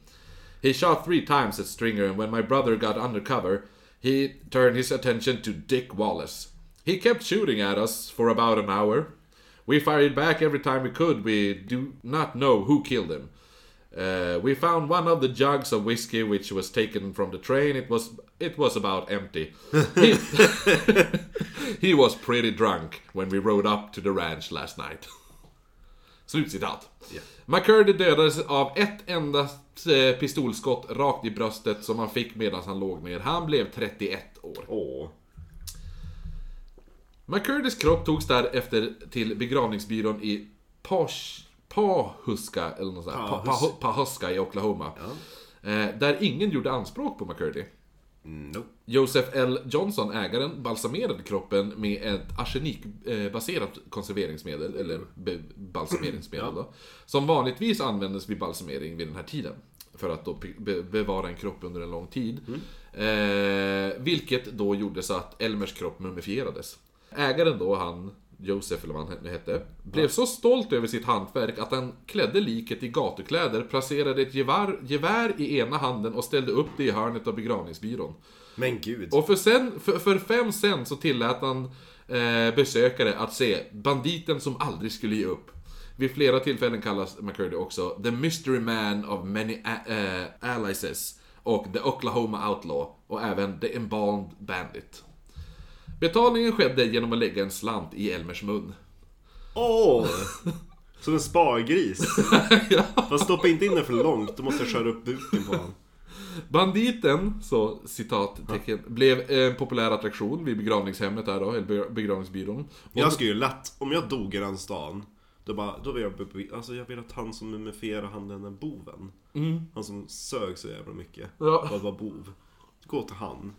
S1: He shot three times at Stringer, and when my brother got under cover, he turned his attention to Dick Wallace. He kept shooting at us for about an hour. We fired back every time we could. We do not know who killed him. Uh, we found one of the jugs of whiskey which was taken from the train. It was it was about empty. He, he was pretty drunk when we rode up to the ranch last night. Slutcitat.
S2: Ja.
S1: McCurdy dödades av ett enda eh, pistolskott rakt i bröstet som han fick medan han låg ner. Han blev 31 år.
S2: Åh.
S1: McCurdys kropp togs därefter till begravningsbyrån i Pash, Pahuska, eller något sånt där. Pa-
S2: Pahus-
S1: Pahu- Pahuska i Oklahoma. Eh, där ingen gjorde anspråk på McCurdy.
S2: Nope.
S1: Joseph L. Johnson, ägaren, balsamerade kroppen med ett arsenikbaserat konserveringsmedel, eller be- balsameringsmedel då, som vanligtvis användes vid balsamering vid den här tiden. För att då pe- be- bevara en kropp under en lång tid. Eh, vilket då gjorde så att Elmers kropp mumifierades. Ägaren då, han, Joseph eller vad han nu hette, blev så stolt över sitt hantverk att han klädde liket i gatukläder, placerade ett gevär, gevär i ena handen och ställde upp det i hörnet av begravningsbyrån.
S2: Men gud.
S1: Och för, sen, för, för fem sen så tillät han eh, besökare att se banditen som aldrig skulle ge upp. Vid flera tillfällen kallas McCurdy också The Mystery Man of Many a- eh, Allies och The Oklahoma Outlaw och även The Embalmed Bandit. Betalningen skedde genom att lägga en slant i Elmers mun.
S2: Åh! Som en spargris.
S1: Ja.
S2: Fast stoppa inte in den för långt, då måste jag köra upp buken på honom.
S1: Banditen, så citattecken, blev en populär attraktion vid begravningshemmet där då, eller be- begravningsbyrån. Och
S2: Jag skulle ju lätt, om jag dog i den stan, då, bara, då vill jag, be- alltså jag vill att han som mumifierar han den där boven. Han som sög så jävla mycket.
S1: Ja.
S2: Bara var bov. Gå till han.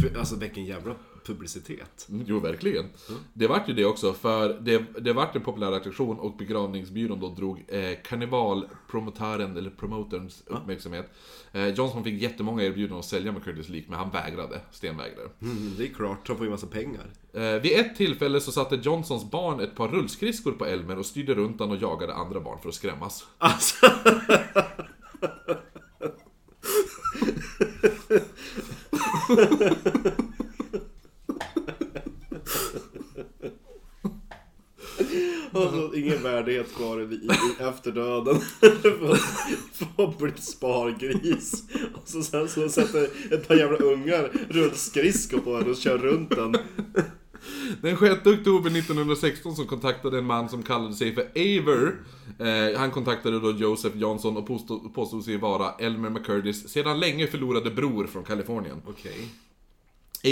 S2: För, alltså vilken jävla publicitet.
S1: Mm, Jo, verkligen. Det vart ju det också, för det, det vart en populär attraktion och begravningsbyrån då drog eh, karnevalpromotören, eller promotorns uppmärksamhet. Eh, Johnson fick jättemånga erbjudanden att sälja McCurdys lik, men han vägrade. Sten vägrade.
S2: Mm, det är klart, han får ju massa pengar.
S1: Eh, vid ett tillfälle så satte Johnsons barn ett par rullskridskor på Elmer och styrde runt han och jagade andra barn för att skrämmas.
S2: Alltså... Alltså, ingen värdighet kvar i, i, efter döden. För- För att bli ett spargris. Och så sen så sätter ett par jävla ungar rullskridskor på henne och kör runt den.
S1: Den 6 oktober 1916 så kontaktade en man som kallade sig för Aver. Eh, han kontaktade då Joseph Johnson och påstod, påstod sig vara Elmer McCurdys sedan länge förlorade bror från Kalifornien.
S2: Okej.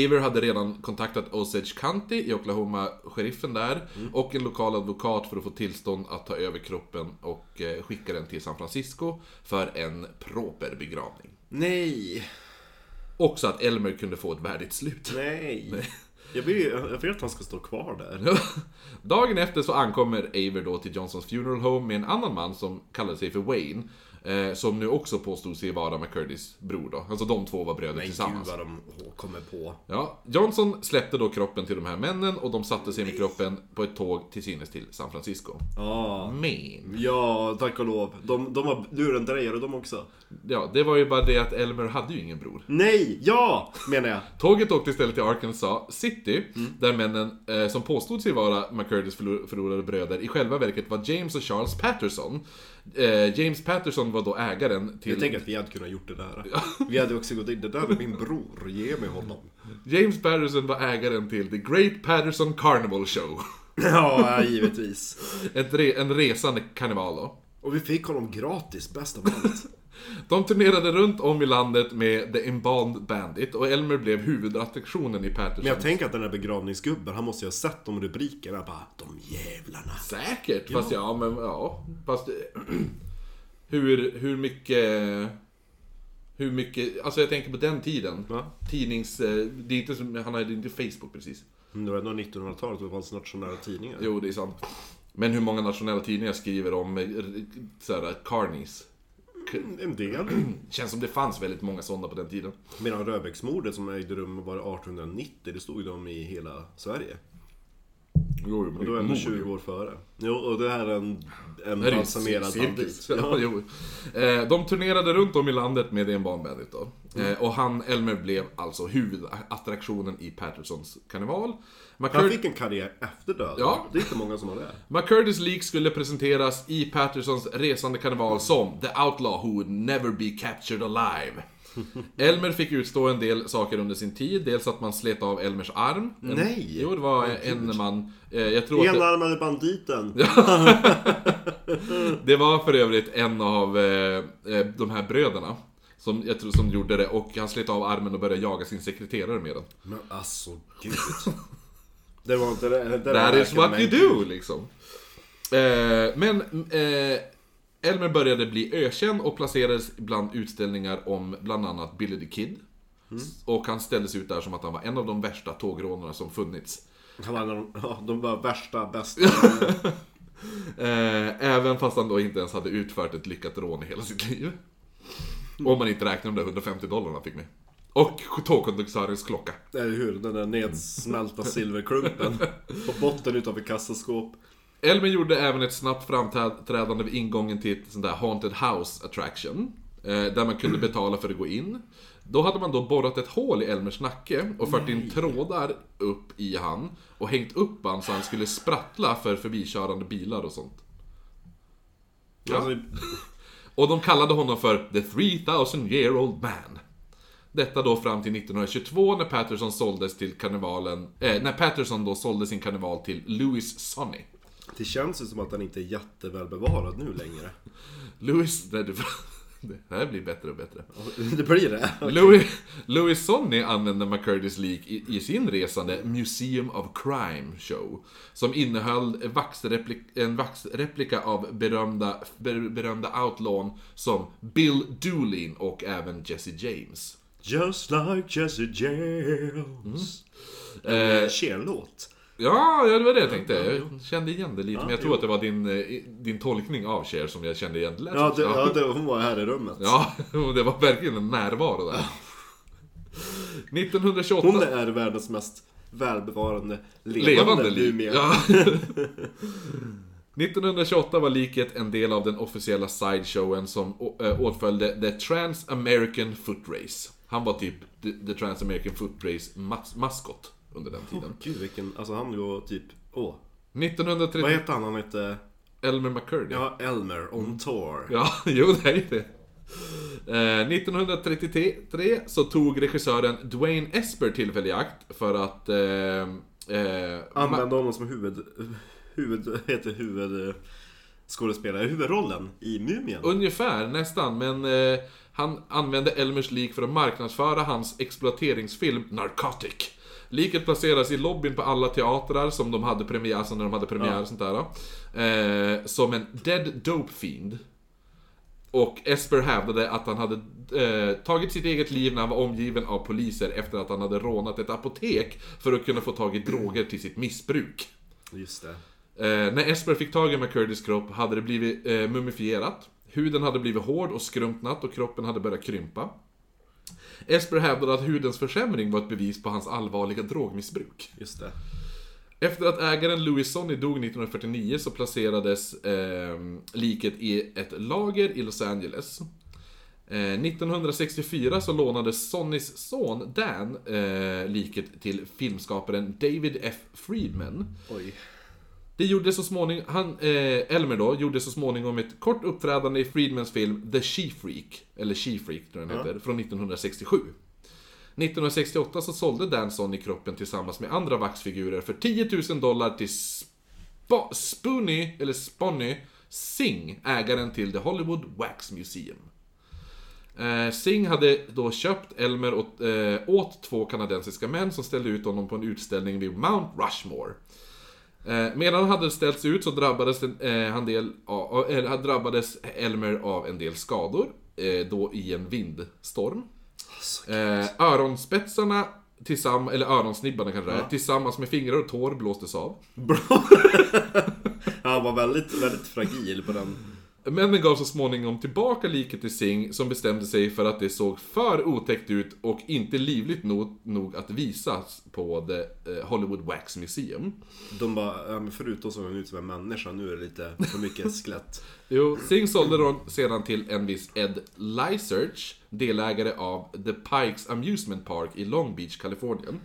S1: Aver hade redan kontaktat Osage County i Oklahoma, sheriffen där, och en lokal advokat för att få tillstånd att ta över kroppen och eh, skicka den till San Francisco för en proper begravning.
S2: Nej.
S1: Och så att Elmer kunde få ett värdigt slut.
S2: Nej. Jag vill, ju- jag vill att han ska stå kvar där.
S1: Dagen efter så ankommer Aver då till Johnsons funeral home med en annan man som kallade sig för Wayne. Eh, som nu också påstod sig vara McCurdys bror då. Alltså de två var bröder tillsammans.
S2: Gud vad de kommer på.
S1: Ja, Johnson släppte då kroppen till de här männen och de satte sig med kroppen på ett tåg till synes till San Francisco.
S2: Ja,
S1: Men...
S2: ja tack och lov. De, de har lurendrejare de också.
S1: Ja, det var ju bara det att Elmer hade ju ingen bror.
S2: Nej, ja menar jag.
S1: Tåget åkte istället till Arkansas City,
S2: Mm.
S1: där männen eh, som påstod sig vara McCurdys förlo- förlorade bröder i själva verket var James och Charles Patterson. Eh, James Patterson var då ägaren
S2: Jag
S1: till...
S2: tänker att vi hade kunnat gjort det där. Vi hade också gått in, det där är min bror, ge mig honom.
S1: James Patterson var ägaren till The Great Patterson Carnival Show.
S2: Ja, givetvis.
S1: Ett re- en resande karneval då.
S2: Och vi fick honom gratis, bäst av allt.
S1: De turnerade runt om i landet med The Embalmed Bandit och Elmer blev huvudattraktionen i Patterson.
S2: Men jag tänker att den där begravningsgubben, han måste ju ha sett de rubrikerna Jag bara, de jävlarna.
S1: Säkert, fast ja, men ja. Fast hur, hur mycket... Hur mycket, alltså jag tänker på den tiden.
S2: Va?
S1: Tidnings... eh, Det är inte som, han hade inte Facebook precis.
S2: Mm, Det var ändå 1900-talet och det fanns nationella tidningar.
S1: Jo, det är sant. Men hur många nationella tidningar skriver om eh, såhär carnies?
S2: En del.
S1: Känns som det fanns väldigt många sådana på den tiden.
S2: Medan Röbäcksmordet som ägde rum var 1890, det stod de i hela Sverige.
S1: Jo, men
S2: Och då är ändå 20 år före. Jo, och det här är en, en
S1: Det här är ju
S2: balsamerad
S1: cirkus.
S2: bandit.
S1: Ja,
S2: Ja.
S1: jo. Eh, De turnerade runt om i landet med en barnbandit då.
S2: Mm.
S1: Eh, Och han, Elmer, blev alltså huvudattraktionen i Pattersons karneval.
S2: Han
S1: McCurdy,
S2: fick en karriär efter döden.
S1: Ja.
S2: Det är inte många som har det.
S1: McCurdys lik skulle presenteras i Pattersons resande karneval som The Outlaw Who Would Never Be Captured Alive. Elmer fick utstå en del saker under sin tid, dels att man slet av Elmers arm. En,
S2: Nej.
S1: Jo, det var en man... eh, Jag tror att det,
S2: Enarmade banditen.
S1: Det var för övrigt en av eh, eh, de här bröderna som, jag tror, som gjorde det och han slet av armen och började jaga sin sekreterare med den.
S2: Men alltså gud. Det var inte det. det
S1: That
S2: var
S1: is what you
S2: verkligen-
S1: do liksom. Eh, men eh, Elmer började bli ökänd och placerades bland utställningar om bland annat Billy the Kid. Och han ställdes ut där som att han var en av de värsta tågrånarna som funnits.
S2: Han var en av de, ja, de var värsta, bästa.
S1: Eh, även fast han då inte ens hade utfört ett lyckat rån i hela sitt liv. Om man inte räknar de där 150 dollarna han fick med. Och tågkonduktörens klocka.
S2: Eller hur? Den där nedsmälta silverklumpen. På botten utav ett kassaskåp.
S1: Elmer gjorde även ett snabbt framträdande vid ingången till ett sånt där Haunted House Attraction. eh, Där man kunde betala för att gå in. Då hade man då borrat ett hål i Elmers nacke och fört in trådar upp i han och hängt upp han så han skulle sprattla för förbikörande bilar och sånt. Ja.
S2: Alltså,
S1: Och de kallade honom för “The 3000 year old man”. Detta då fram till 1922 när Patterson såldes till karnevalen... Eh, när Patterson då sålde sin karneval till Louis Sonny.
S2: det känns ju som att den inte är jättevälbevarad nu längre.
S1: Louis... Nej, du, det här blir bättre och bättre.
S2: Det blir det.
S1: Louis, Louis Sonny använde McCurdys lik i, i sin resande Museum of Crime Show. Som innehöll vaxreplik, en vaxreplika av berömda, ber, berömda outlawn som Bill Doolin och även Jesse James.
S2: Just like Jesse
S1: Mm.
S2: James. En eh, Cher-låt.
S1: Ja, ja, det var det jag tänkte. Jag kände igen det lite, men jag tror att det var din, eh, i- din tolkning av Cher som jag kände igen. Det lät
S2: Ja,
S1: som-
S2: det, ja det, hon var här i rummet.
S1: Ja, och det var verkligen en närvaro där. 1928...
S2: Hon är världens mest välbevarande levande,
S1: levande
S2: liv.
S1: lik. Ja. 1928 var liket en del av den officiella sideshowen som å- eh, åtföljde The Trans American Foot Race. Han var typ The, the Trans American Foot Race mas- maskot under den tiden.
S2: Gud vilken, alltså han går typ, åh. Vad
S1: 1930...
S2: heter han? Han heter,
S1: Elmer McCurdy.
S2: ja Elmer
S1: Mm.
S2: on tour.
S1: Ja, jo det är ju det. Eh, 1933 så tog regissören Dwayne Esper tillfälle i akt för att... Eh, eh, ma-
S2: Använde honom som huvud, huvud, heter huvud eh, skådespelare, huvudrollen i Mumien.
S1: ungefär, nästan, men eh, han använde Elmers lik för att marknadsföra hans exploateringsfilm Narcotic. Liket placeras i lobbyn på alla teatrar som de hade premiär, alltså när de hade premiär och sånt där. Eh, som en dead dope fiend. Och Esper hävdade att han hade eh, tagit sitt eget liv när han var omgiven av poliser efter att han hade rånat ett apotek för att kunna få tag i droger till sitt missbruk.
S2: Just det.
S1: Eh, när Esper fick tag i McCurdys kropp hade det blivit eh, mumifierat. Huden hade blivit hård och skrumpnat och kroppen hade börjat krympa. Esper hävdade att hudens försämring var ett bevis på hans allvarliga drogmissbruk.
S2: Just det.
S1: Efter att ägaren Louis Sonny dog 1949 så placerades eh, liket i ett lager i Los Angeles. Eh, 1964 så lånade Sonnys son Dan eh, liket till filmskaparen David F. Friedman.
S2: Oj.
S1: Det gjorde så småningom, han, eh, Elmer då, gjorde så småningom ett kort uppträdande i Friedmans film The She-Freak, eller She-Freak tror jag den heter, från 1967. 1968 så sålde Danson i kroppen tillsammans med andra vaxfigurer för 10 000 dollar till Sp- Spoonie, eller Sponny, Singh, ägaren till The Hollywood Wax Museum. Eh, Singh hade då köpt Elmer åt, eh, åt två kanadensiska män som ställde ut honom på en utställning vid Mount Rushmore. Eh, medan han hade ställts ut så drabbades, den, eh, han del av, eller, han drabbades Elmer av en del skador, eh, då i en vindstorm.
S2: Alltså,
S1: Eh, öronspetsarna, tillsamm- eller öronsnibbarna kanske det är, tillsammans med fingrar och tår blåstes av.
S2: Bra. Han var väldigt, väldigt fragil på den.
S1: Männen gav så småningom tillbaka liket till Singh som bestämde sig för att det såg för otäckt ut och inte livligt nog, nog att visas på The eh, Hollywood Wax Museum.
S2: De bara, ja, men förut då såg han ut som en människa, nu är det lite för mycket skelett.
S1: Jo, Singh sålde då sedan till en viss Ed Lyserch, delägare av The Pikes Amusement Park i Long Beach, Kalifornien.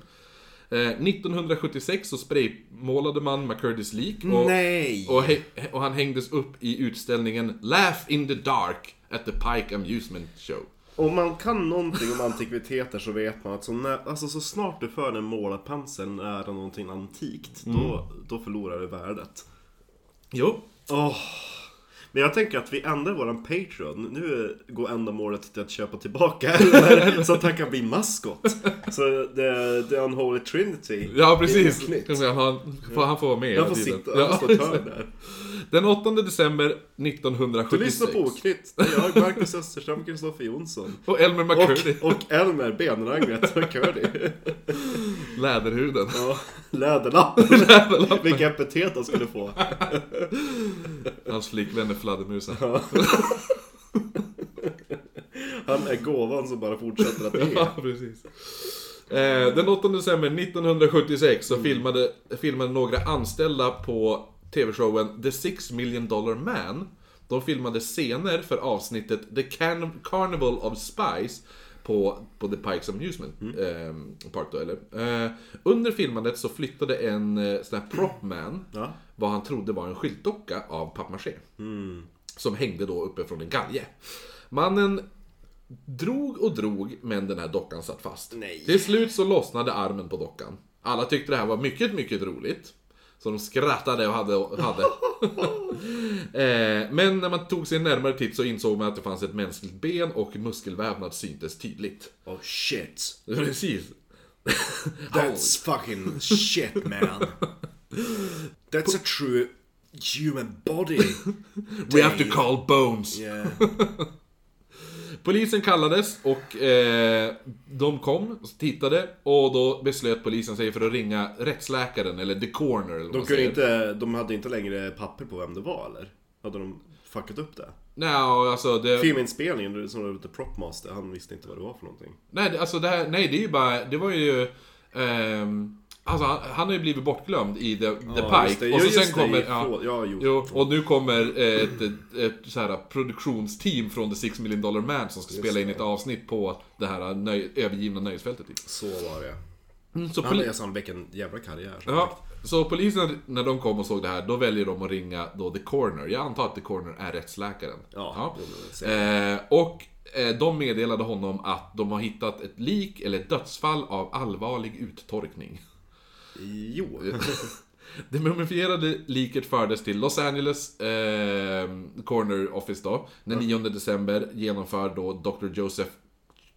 S1: Eh, 1976 så spraymålade man McCurdys lik och,
S2: Nej!
S1: och, he- och han hängdes upp i utställningen Laugh in the Dark at the Pike Amusement Show.
S2: Om man kan någonting om antikviteter så vet man att så, när, alltså så snart du för en målarpensel nära någonting antikt, då,
S1: Mm.
S2: då förlorar det värdet.
S1: Jo.
S2: Åh. Men jag tänker att vi ändrar våran Patreon. Nu går ändamålet till att köpa tillbaka eller så att han kan bli maskot. Så det, det är en holy trinity.
S1: Ja, precis.
S2: Det är knäckt.
S1: Han, får- han får vara med
S2: Jag
S1: hela
S2: får
S1: tiden.
S2: sitta, jag får stå
S1: Ja.
S2: ett hörn där.
S1: Den 8 december 1976.
S2: Du lyssnar på Oknytt. Det är jag, Marcus Österström, Kristoffer Jonsson.
S1: Och Elmer McCurdy.
S2: Och, och Elmer, benranglet och Curdy.
S1: Läderhuden.
S2: Ja, läderlapp. Vilka epitet han skulle få.
S1: Hans flickvän är fladdermusen.
S2: Han är gåvan som bara fortsätter att ge.
S1: Ja, precis. Eh, Den 8 december 1976 så filmade, filmade några anställda på TV-showen The Six Million Dollar Man. De filmade scener för avsnittet The Can- Carnival of Spies på, på The Pikes Amusement eh, Park då, eller? Eh, under filmandet så flyttade en eh, sån här propman
S2: Ja.
S1: vad han trodde var en skyltdocka av pappmaché. Som hängde då uppe från en galge. Mannen drog och drog, men den här dockan satt fast.
S2: Nej.
S1: Till slut så lossnade armen på dockan. Alla tyckte det här var mycket, mycket roligt. Så de skrattade och hade... hade. eh, men när man tog sig en närmare titt så insåg man att det fanns ett mänskligt ben och muskelvävnad syntes tydligt.
S2: Oh shit.
S1: Precis.
S2: That's fucking shit man. That's a true human body.
S1: We have to call bones.
S2: Yeah.
S1: Polisen kallades och eh, de kom, tittade och då beslöt polisen sig för att ringa rättsläkaren eller the corner. eller vad
S2: De,
S1: man
S2: kunde
S1: säger.
S2: inte, de hade inte längre papper på vem det var eller? Hade de fuckat upp det?
S1: Nej, alltså det,
S2: Filminspelningen, som det hette Propmaster, han visste inte vad det var för någonting.
S1: nej, det- alltså det här, nej, det är ju bara, det var ju... ehm, alltså han, han har ju blivit bortglömd i The, the
S2: just
S1: Pike.
S2: det.
S1: och så
S2: Ja, just
S1: sen
S2: det,
S1: kommer... Ja,
S2: ifrån- ja, jo.
S1: jo, och nu kommer eh, ett, ett, ett så här produktionsteam från The Six Million Dollar Man som ska spela in ett avsnitt på det här nöj, övergivna nöjesfältet. Typ.
S2: Så var det.
S1: Mm, så
S2: Han
S1: poli-
S2: är alltså, han vilken jävla karriär.
S1: Ja, så polisen när de kom och såg det här, då väljer de att ringa då The Corner. Jag antar att The Corner är rättsläkaren.
S2: Ja, det vill jag säga.
S1: Eh, och eh, de meddelade honom att de har hittat ett lik eller ett dödsfall av allvarlig uttorkning.
S2: Jo.
S1: Det mumifierade liket fördes till Los Angeles eh, Corner Office då. Den 9 december genomför då Dr. Joseph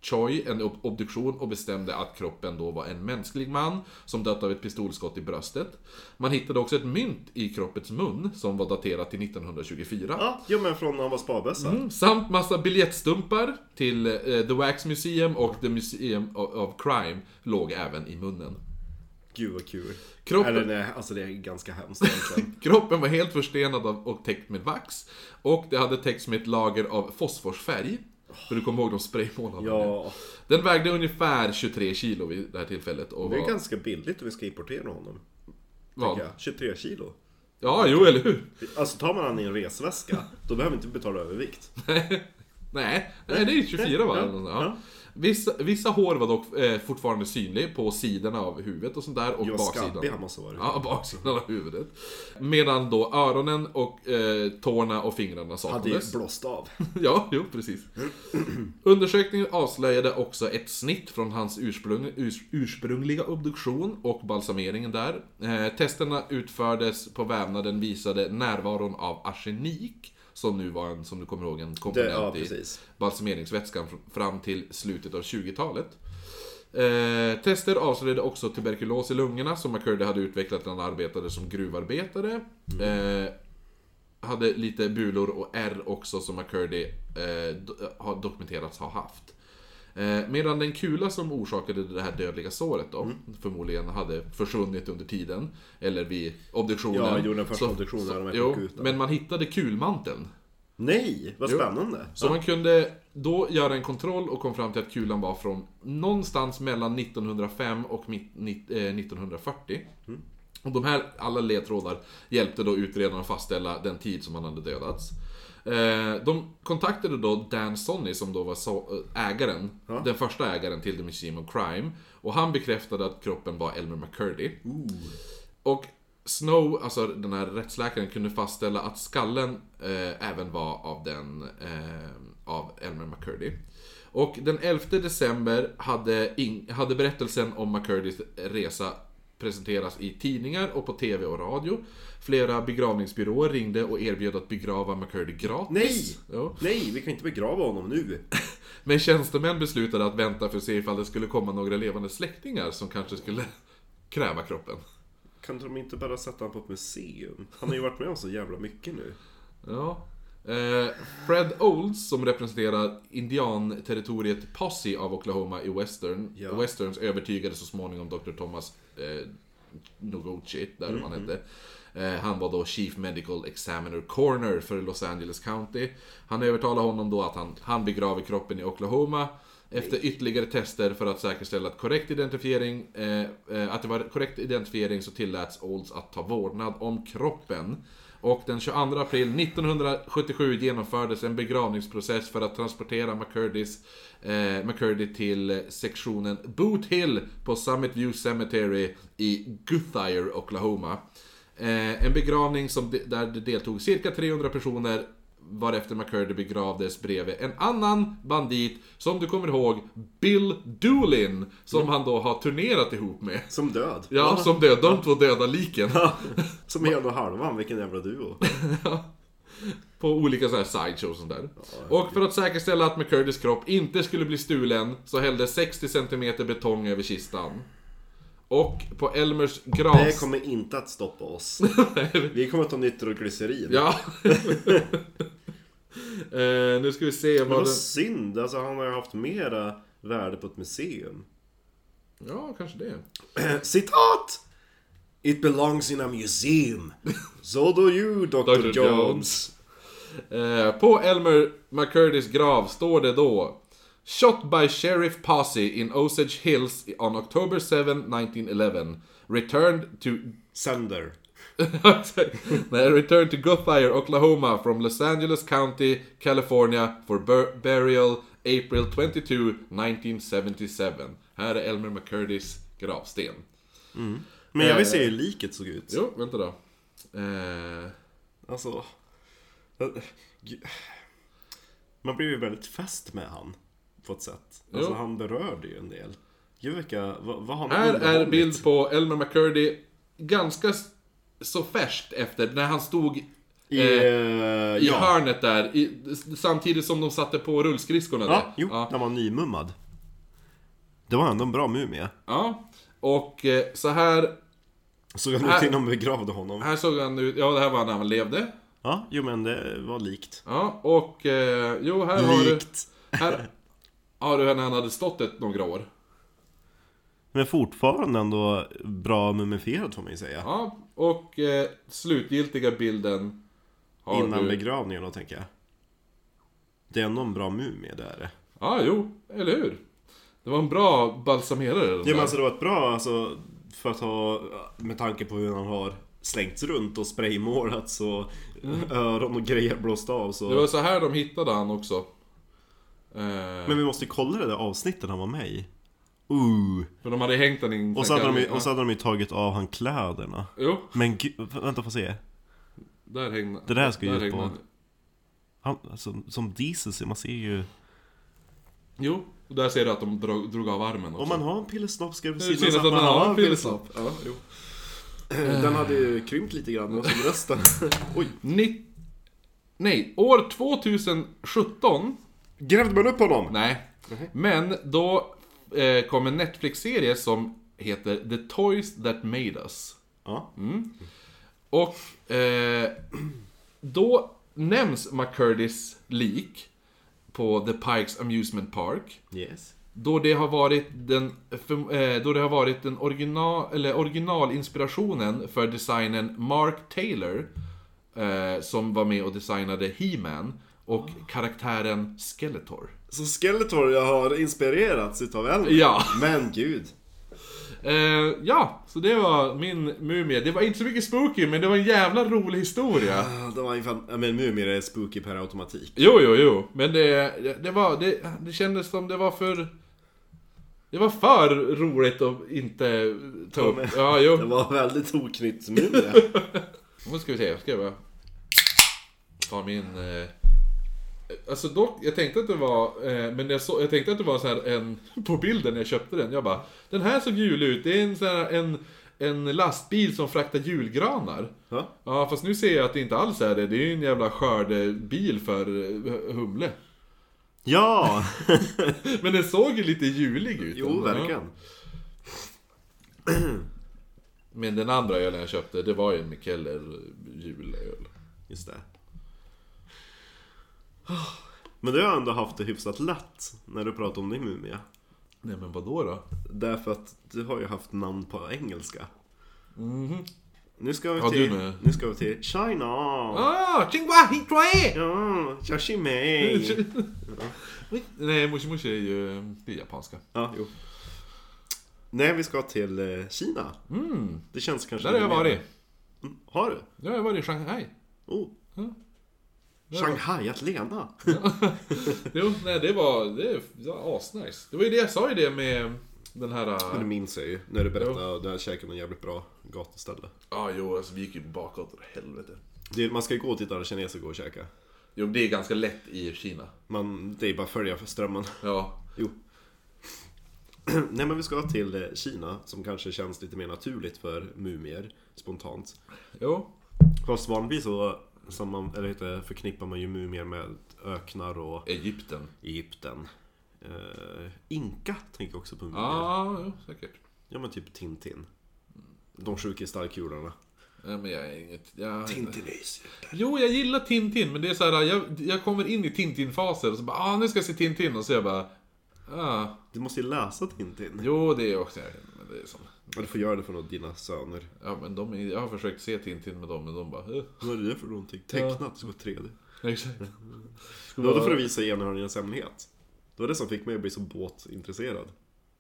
S1: Choi en ob- obduktion och bestämde att kroppen då var en mänsklig man som dött av ett pistolskott i bröstet. Man hittade också ett mynt i kroppets mun som var daterat till 1924.
S2: Ja, jo men från när han var sparbössa.
S1: Mm. Samt massa biljettstumpar till eh, The Wax Museum och The Museum of, of Crime låg även i munnen.
S2: Gud vad kul.
S1: Kroppen-
S2: Eller nej, alltså det är ganska hemskt egentligen.
S1: Kroppen var helt förstenad av- och täckt med vax. Och det hade täckts med ett lager av fosforsfärg. För du kommer ihåg de spraymålarna?
S2: Ja,
S1: Den vägde ungefär 23 kilo vid det här tillfället. Och
S2: det är
S1: var,
S2: ganska billigt om vi ska importera honom.
S1: vad?
S2: Ja, 23 kilo.
S1: Ja, jo, eller hur?
S2: Alltså tar man han i en resväska, då behöver vi inte betala övervikt.
S1: Nej, nej det är ju 24 va?
S2: Ja,
S1: Eller nåt, Ja.
S2: ja.
S1: Vissa, vissa hår var dock eh, fortfarande synliga på sidorna av huvudet och sånt där. Och
S2: Jag var skabbig
S1: baksidan.
S2: han måste ha varit.
S1: Ja, baksidan av huvudet. Medan då öronen och eh, tårna och fingrarna
S2: Hade ju
S1: saknades.
S2: blåst av.
S1: Ja, jo precis. Undersökningen avslöjade också ett snitt från hans ursprung, urs, ursprungliga obduktion och balsameringen där. Eh, testerna utfördes på vävnaden visade närvaron av arsenik, som nu var en, som du kommer ihåg, en
S2: Det,
S1: komponent
S2: ja,
S1: i
S2: precis.
S1: balsameringsvätskan fr- fram till slutet av 20-talet. Eh, tester avslöjade också tuberkulos i lungorna som McCurdy hade utvecklat när han arbetade som gruvarbetare. Eh, hade lite bulor och R också som McCurdy eh, do- har dokumenterats ha haft. Eh, medan den kula som orsakade det här dödliga såret då,
S2: Mm.
S1: förmodligen hade försvunnit under tiden, eller vid obduktionen.
S2: Ja, jo, den första
S1: så-
S2: obduktionen
S1: så-
S2: när de
S1: Jo,
S2: plockade ut den.
S1: men man hittade kulmanteln.
S2: Nej, vad
S1: Jo.
S2: spännande.
S1: Så man kunde då göra en kontroll och kom fram till att kulan var från någonstans mellan 1905 och mitt, nitt- eh, 1940. Och de här alla ledtrådar hjälpte då utredaren att fastställa den tid som han hade dödats. Eh, De kontaktade då Dan Sonny som då var så- eh, ägaren,
S2: Ja.
S1: den första ägaren till The Museum of Crime. Och han bekräftade att kroppen var Elmer McCurdy. Och Snow, alltså den här rättsläkaren, kunde fastställa att skallen eh, även var av den, eh, av Elmer McCurdy. Och den 11 december hade, in, hade berättelsen om McCurdys resa presenteras i tidningar och på TV och radio. Flera begravningsbyråer ringde och erbjöd att begrava McCurdy gratis.
S2: Nej!
S1: Jo.
S2: Nej, vi kan inte begrava honom nu.
S1: Men tjänstemän beslutade att vänta för att se ifall det skulle komma några levande släktingar som kanske skulle kräva kroppen.
S2: Kan de inte bara sätta honom på ett museum? Han har ju varit med om så jävla mycket nu.
S1: Ja. Eh, Fred Olds, som representerar indianterritoriet Posse av Oklahoma i Western,
S2: Ja.
S1: Westerns övertygade så småningom Dr. Thomas eh, Noguchi, där mm han hette. Eh, han var då Chief Medical Examiner Corner för Los Angeles County. Han övertalade honom då att han, han begraver kroppen i Oklahoma. Efter ytterligare tester för att säkerställa att, korrekt identifiering, eh, eh, att det var korrekt identifiering så tilläts Olds att ta vårdnad om kroppen. Och den 22 april 1977 genomfördes en begravningsprocess för att transportera McCurdys, eh, McCurdy till sektionen Boot Hill på Summit View Cemetery i Guthrie, Oklahoma. Eh, en begravning som de, där det deltog cirka 300 personer Varefter McCurdy begravdes bredvid en annan bandit som du kommer ihåg, Bill Doolin. Som han då har turnerat ihop med.
S2: Som död.
S1: Ja, som död, de två döda liken.
S2: Som hela och halvan, vilken jävla duo.
S1: På olika så här sideshows och sånt där. Och för att säkerställa att McCurdys kropp inte skulle bli stulen så hällde 60 cm betong över kistan. Och på Elmers
S2: Det här
S1: gravsten...
S2: kommer inte att stoppa oss. Vi kommer att ta nitroglycerin.
S1: Ja. eh, nu ska vi se
S2: Men
S1: vad
S2: vad
S1: den...
S2: synd, alltså han har ju haft mera värde på ett museum.
S1: Ja, kanske det.
S2: Citat! It belongs in a museum. So do you, Dr.
S1: Dr.
S2: Jones.
S1: Jones. Eh, på Elmer McCurdys grav står det då Shot by Sheriff Posse in Osage Hills on October 7, 1911. Returned to...
S2: Sender.
S1: Nej, returned to Guthrie, Oklahoma from Los Angeles County, California for bur- burial April 22, 1977. Här är Elmer McCurdys gravsten.
S2: Men jag vill se
S1: Eh.
S2: hur liket såg ut.
S1: Jo, vänta då. Eh,
S2: Alltså... Gud. Man blev ju väldigt fäst med han. På ett sätt. Alltså
S1: Jo.
S2: han berörde ju en del. Gud vilka, vad, vad har han
S1: Här är
S2: underhållit?
S1: bild på Elmer McCurdy ganska s- så färskt efter när han stod i
S2: I,
S1: eh,
S2: eh, ja.
S1: hörnet där i, s- samtidigt som de satte på rullskridskorna
S2: ja,
S1: där.
S2: jo,
S1: Ja,
S2: när man var nymummad. Det var ändå en bra mumie.
S1: ja. Och eh, så här,
S2: Såg han
S1: Här-
S2: ut innan vi begravde honom?
S1: här såg han ut, ja det här var när han levde.
S2: Ja, jo men det var likt.
S1: Ja, och eh, jo här har du,
S2: Likt.
S1: här har du när han hade stått ett några år.
S2: Men fortfarande ändå bra mumifierad får man ju säga.
S1: Ja, och eh, slutgiltiga bilden har
S2: Innan
S1: du.
S2: begravningen då tänker jag. Det är ändå en bra mumie, det är det.
S1: Ja, jo, eller hur? Det var en bra balsamerare. den
S2: Ja men
S1: där.
S2: alltså det var ett bra alltså, för att ha, med tanke på hur han har slängts runt och spraymålats och öron och grejer blåst av så.
S1: Mm. Det var så här de hittade han också. Eh,
S2: Men vi måste ju kolla det där avsnittet han var med i. Ooh.
S1: för de hade hängt han i en
S2: Och så, hade de, ju-
S1: ja.
S2: och så hade de ju tagit av han kläderna.
S1: Jo,
S2: Men gud, vänta får se.
S1: där hängde
S2: Det där ska ju ut
S1: hängde
S2: på-
S1: han.
S2: Han, alltså, som Diesel ser man ser ju...
S1: Jo, och där ser du att de drog, drog av armen också.
S2: Om man har en pillesnopp ska det
S1: det är
S2: precis
S1: synd att man har en pilsnopp. Ja, jo.
S2: Eh, Den hade ju krympt lite grann som rösten. Oj.
S1: Ni... Nej, år 2017
S2: Grävde man upp honom?
S1: Nej. Men då eh, kom en Netflix-serie som heter The Toys That Made Us.
S2: Ja.
S1: Och eh, då nämns McCurdys lik på The Pikes Amusement Park.
S2: Yes.
S1: Då det har varit den, för, eh, då det har varit den original, eller originalinspirationen för designen Mark Taylor. Eh, som var med och designade He-Man och karaktären Skeletor.
S2: Så Skeletor jag har inspirerats utav Elmer.
S1: Ja.
S2: Men gud.
S1: Eh, ja, så det var min mumie. Det var inte så mycket spooky, men det var en jävla rolig historia.
S2: Ah, Det var ju fan, ja, men mumier är spooky per automatik.
S1: Jo, jo, jo. Men det, det, var, det, det kändes som det var för... Det var för roligt att inte ta upp. Ja,
S2: Det
S1: jo.
S2: var väldigt oknytt mumie.
S1: Nu ska vi se, ska jag bara... Ta min... Eh... Alltså dock, jag tänkte att det var... Eh, men jag, så, jag tänkte att det var så här en... På bilden när jag köpte den, jag bara... Den här såg julig ut, det är en, så här, en, en lastbil som fraktar julgranar.
S2: Ja.
S1: Ja, fast nu ser jag att det inte alls är det. Det är ju en jävla skördebil för eh, Humle.
S2: ja.
S1: Men den såg ju lite julig ut.
S2: Jo,
S1: Ja.
S2: verkligen.
S1: Men den andra ölen jag köpte, det var ju en Mikeller julöl.
S2: Just det. Ah, Men du har ändå haft det hyfsat lätt när du pratar om din mumie.
S1: Nej men vad då? då?
S2: Därför att du har ju haft namn på engelska. Nu ska vi
S1: Mhm. Ja,
S2: till,
S1: du med.
S2: nu ska vi till China.
S1: Ah, Chingwa Hitwae!
S2: Ja, Yashimei.
S1: Nej, Mushi Mushi är ju eh, det är japanska.
S2: Ja, jo. Nej, vi ska till eh, Kina. Det känns kanske...
S1: Mm. Där har jag
S2: lite mer-
S1: varit.
S2: Har du?
S1: Där har jag varit i Shanghai.
S2: Oh. Shanghai, att lena.
S1: Jo, nej det var, det var asnice. Det var ju det jag sa ju det med den här... eh,
S2: Ja,
S1: Ja,
S2: Det minns jag ju när du berättade att du käkade någon jävligt bra gatuställe.
S1: ah, jo alltså vi gick ju bakåt åt helvete.
S2: Det, man ska ju gå dit alla kineser går och käka.
S1: Jo, det är ganska lätt i Kina.
S2: Man, det är bara att följa för strömmen.
S1: Ja.
S2: Jo. Nej men vi ska till eh, Kina som kanske känns lite mer naturligt för mumier spontant.
S1: Jo.
S2: Fast vanligtvis så som man, eller heter, det, förknippar man ju mumier med öknar och
S1: Egypten.
S2: Egypten. Eh, Inka tänker jag också på mumier.
S1: Ja, ah, jo, säkert.
S2: Ja men typ Tintin. De sjuka i starkhjularna.
S1: Nej, men jag är inget... Jag...
S2: Tintin är ju super.
S1: Jo, jag gillar Tintin, men det är så här, jag, jag kommer in i Tintin-faser och så bara, ah, nu ska jag se Tintin, och så jag bara, ah.
S2: Du måste ju läsa Tintin.
S1: Jo, det är också, men det är som,
S2: Ja, du får göra det för någon av dina söner.
S1: ja men de, är- jag har försökt se Tintin med dem, men de bara, eh.
S2: Vad är det för någonting? Tecknat, det ska vara 3D.
S1: Exakt.
S2: Det var då för att visa enhörningens hemlighet. Det var det som fick mig att bli så båtintresserad.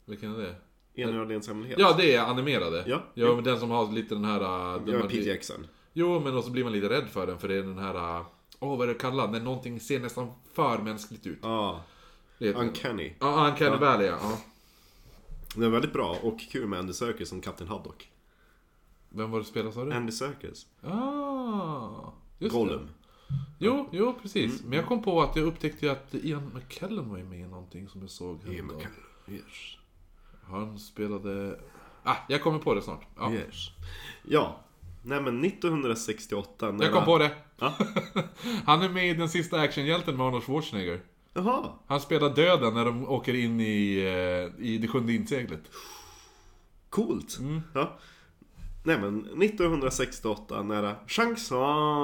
S1: Vilken är det?
S2: Enhörningens hemlighet.
S1: Ja, det är animerade.
S2: Ja.
S1: ja men den som har lite den här... äh, Den
S2: Jag är
S1: man-
S2: PGXen.
S1: Jo, men och så blir man lite rädd för den, för det är den här... äh, Åh, vad är det kallat? När någonting ser nästan för mänskligt ut.
S2: Ja,
S1: Det är-
S2: Uncanny.
S1: Ja, Uncanny Valley, ja. ja.
S2: Den är väldigt bra och kul med Andy Serkis som Kapten Haddock.
S1: Vem var det spelade, sa du?
S2: Andy Serkis.
S1: Ah, just
S2: Gollum. Mm.
S1: Det. Jo, jo, precis. Men jag kom på att jag upptäckte ju att Ian McKellen var ju med i någonting som jag såg häromdagen.
S2: Yes.
S1: Han spelade... Ah, jag kommer på det snart. Ja.
S2: Yes. Ja. Nej men 1968 när...
S1: Jag kom på det.
S2: Ja.
S1: Han är med i den sista actionhjälten med Arnold Schwarzenegger.
S2: Jaha.
S1: Han spelar döden när de åker in i, eh, i det sjunde inseglet.
S2: Coolt.
S1: Mm.
S2: Ja. Nej men 1968 nära Changsha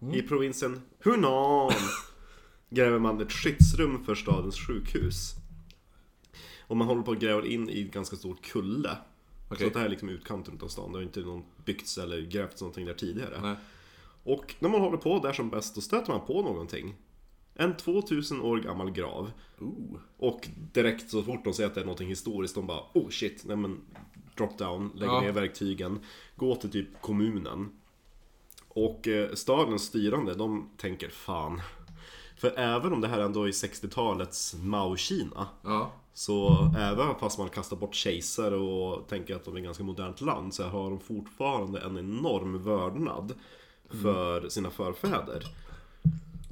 S1: Mm.
S2: i provinsen Hunan gräver man ett skyddsrum för stadens sjukhus. Och man håller på att gräva in i ett ganska stor kulle.
S1: Okej.
S2: Så det här är liksom utkanten av stan. Det har inte någon byggts eller grävts någonting där tidigare.
S1: Nej.
S2: Och när man håller på där som bäst då stöter man på någonting. En 2000 år gammal grav.
S1: Ooh.
S2: Och direkt så fort de säger att det är någonting historiskt, de bara oh shit, nej men drop down, lägg
S1: Ja.
S2: ner verktygen, gå till typ kommunen. Och eh, stadens styrande, de tänker fan. För även om det här ändå är 60-talets Mao-Kina,
S1: Ja.
S2: så även fast man kastar bort kejsare och tänker att de är ett ganska modernt land så har de fortfarande en enorm vördnad
S1: Mm.
S2: för sina förfäder.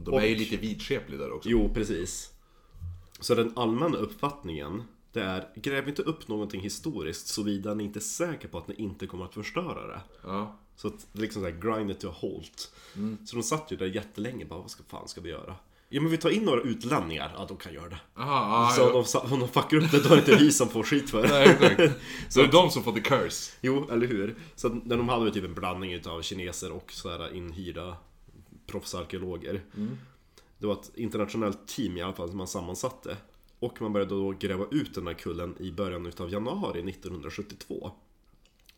S1: De är ju lite vidskepliga där också.
S2: Jo, precis. Så den allmänna uppfattningen det är gräv inte upp någonting historiskt såvida ni inte är säker på att ni inte kommer att förstöra det.
S1: Ja.
S2: Så att det är liksom såhär grind it to a halt.
S1: Mm.
S2: Så de satt ju där jättelänge bara vad ska fan ska vi göra? Ja men vi tar in några utlänningar, ja de kan göra det.
S1: Aha, ah,
S2: Så om
S1: ja.
S2: de, sa- om de fuckar upp det då är det inte vi som får skit för det.
S1: Nej, exakt. Så det är de som får the curse.
S2: Jo, eller hur? Så att när de hade väl typ en blandning utav kineser och så här inhyrda proffsarkeologer. Det var ett internationellt team i alla fall som man sammansatte. Och man började då gräva ut den här kullen i början utav januari 1972.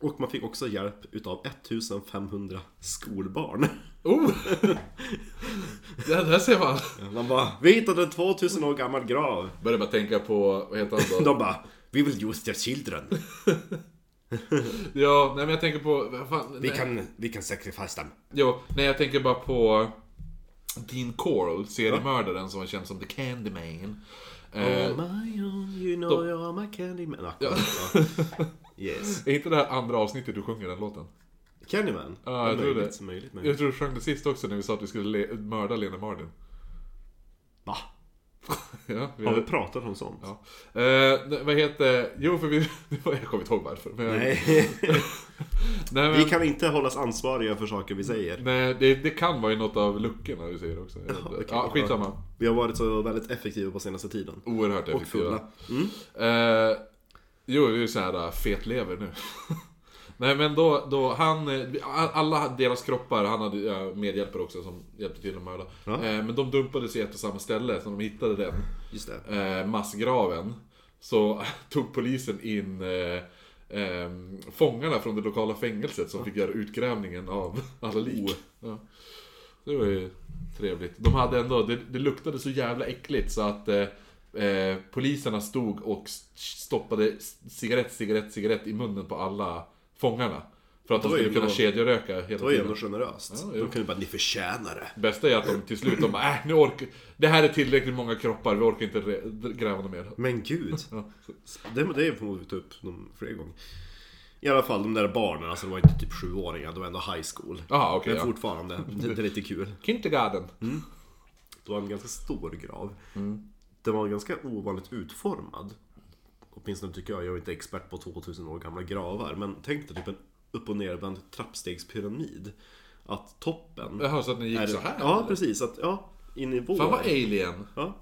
S2: Och man fick också hjälp utav 1500 skolbarn.
S1: Oh! det där ser man.
S2: Man bara, vi hittade en 2000 år gammal grav.
S1: Börjar bara tänka på, vad heter han då?
S2: De bara, we will use their children.
S1: Ja, nej men jag tänker på, vad fan,
S2: Vi
S1: nej,
S2: kan, vi kan sacrifice them.
S1: jo, nej jag tänker bara på Dean Corll, seriemördaren som var känd som The Candyman. Eh,
S2: Am I on? You know you're my candyman. Ah, ja. Yes.
S1: är inte det här andra avsnittet du sjunger den låten?
S2: Candyman?
S1: Ja, jag
S2: Det är
S1: tror
S2: möjligt,
S1: det.
S2: Möjligt, möjligt.
S1: Jag tror du sjöng det sist också när vi sa att vi skulle le- mörda Lena Marden.
S2: Va?
S1: ja, vi
S2: Har vi pratat om sånt?
S1: ja. Eh, nej, vad heter, jo för vi, jag kommer inte ihåg varför. Men,
S2: Nej.
S1: nej, men,
S2: vi kan inte hållas ansvariga för saker vi säger.
S1: nej det, det kan vara i något av luckorna du säger också. Ja,
S2: okej.
S1: ja, skitsamma.
S2: Vi har varit så väldigt effektiva på senaste tiden.
S1: Oerhört
S2: Och fulla. Mm.
S1: Eh, jo, det är ju så här äh, fetlever nu. Nej men då, då han, eh, alla deras kroppar, han hade eh, medhjälpare också som hjälpte till att mörda.
S2: Ja.
S1: Eh, men de dumpades i ett och samma ställe, så när de hittade den
S2: Just det.
S1: eh, massgraven så tog polisen in eh, eh, fångarna från det lokala fängelset som fick göra utgrävningen av alla lik.
S2: Oh.
S1: Ja. Det var ju trevligt. De hade ändå, det, det luktade så jävla äckligt så att eh, eh, poliserna stod och st- stoppade cigarett, cigarett, cigarett i munnen på alla fångarna. För att de
S2: Det var ju
S1: skulle kunna
S2: ändå-
S1: kedjeröka hela
S2: Det var ju
S1: tiden.
S2: ändå generöst.
S1: Ja,
S2: De
S1: jo.
S2: kunde ju bara, ni förtjänar det.
S1: Bästa är att de till slut, de bara, äh, nu orkar, det här är tillräckligt många kroppar, vi orkar inte re- gräva något mer.
S2: Men gud.
S1: Ja.
S2: Det, det får vi ta upp någon fler gånger. I alla fall de där barnen, alltså de var inte typ sjuåringar, de var ändå high school.
S1: Jaha, okej.
S2: Men
S1: ja.
S2: fortfarande, det, det är lite kul.
S1: Kindergarten.
S2: Det var en ganska stor grav.
S1: Mm.
S2: Den var ganska ovanligt utformad. Åtminstone tycker jag, jag är inte expert på 2000 år gamla gravar. Men tänk dig typ en upp och nervänd trappstegspyramid. Att toppen...
S1: Jaha, så att den gick
S2: är-
S1: så här?
S2: Ja,
S1: eller?
S2: precis. Att, ja, i nivåer.
S1: Fan vad alien!
S2: ja.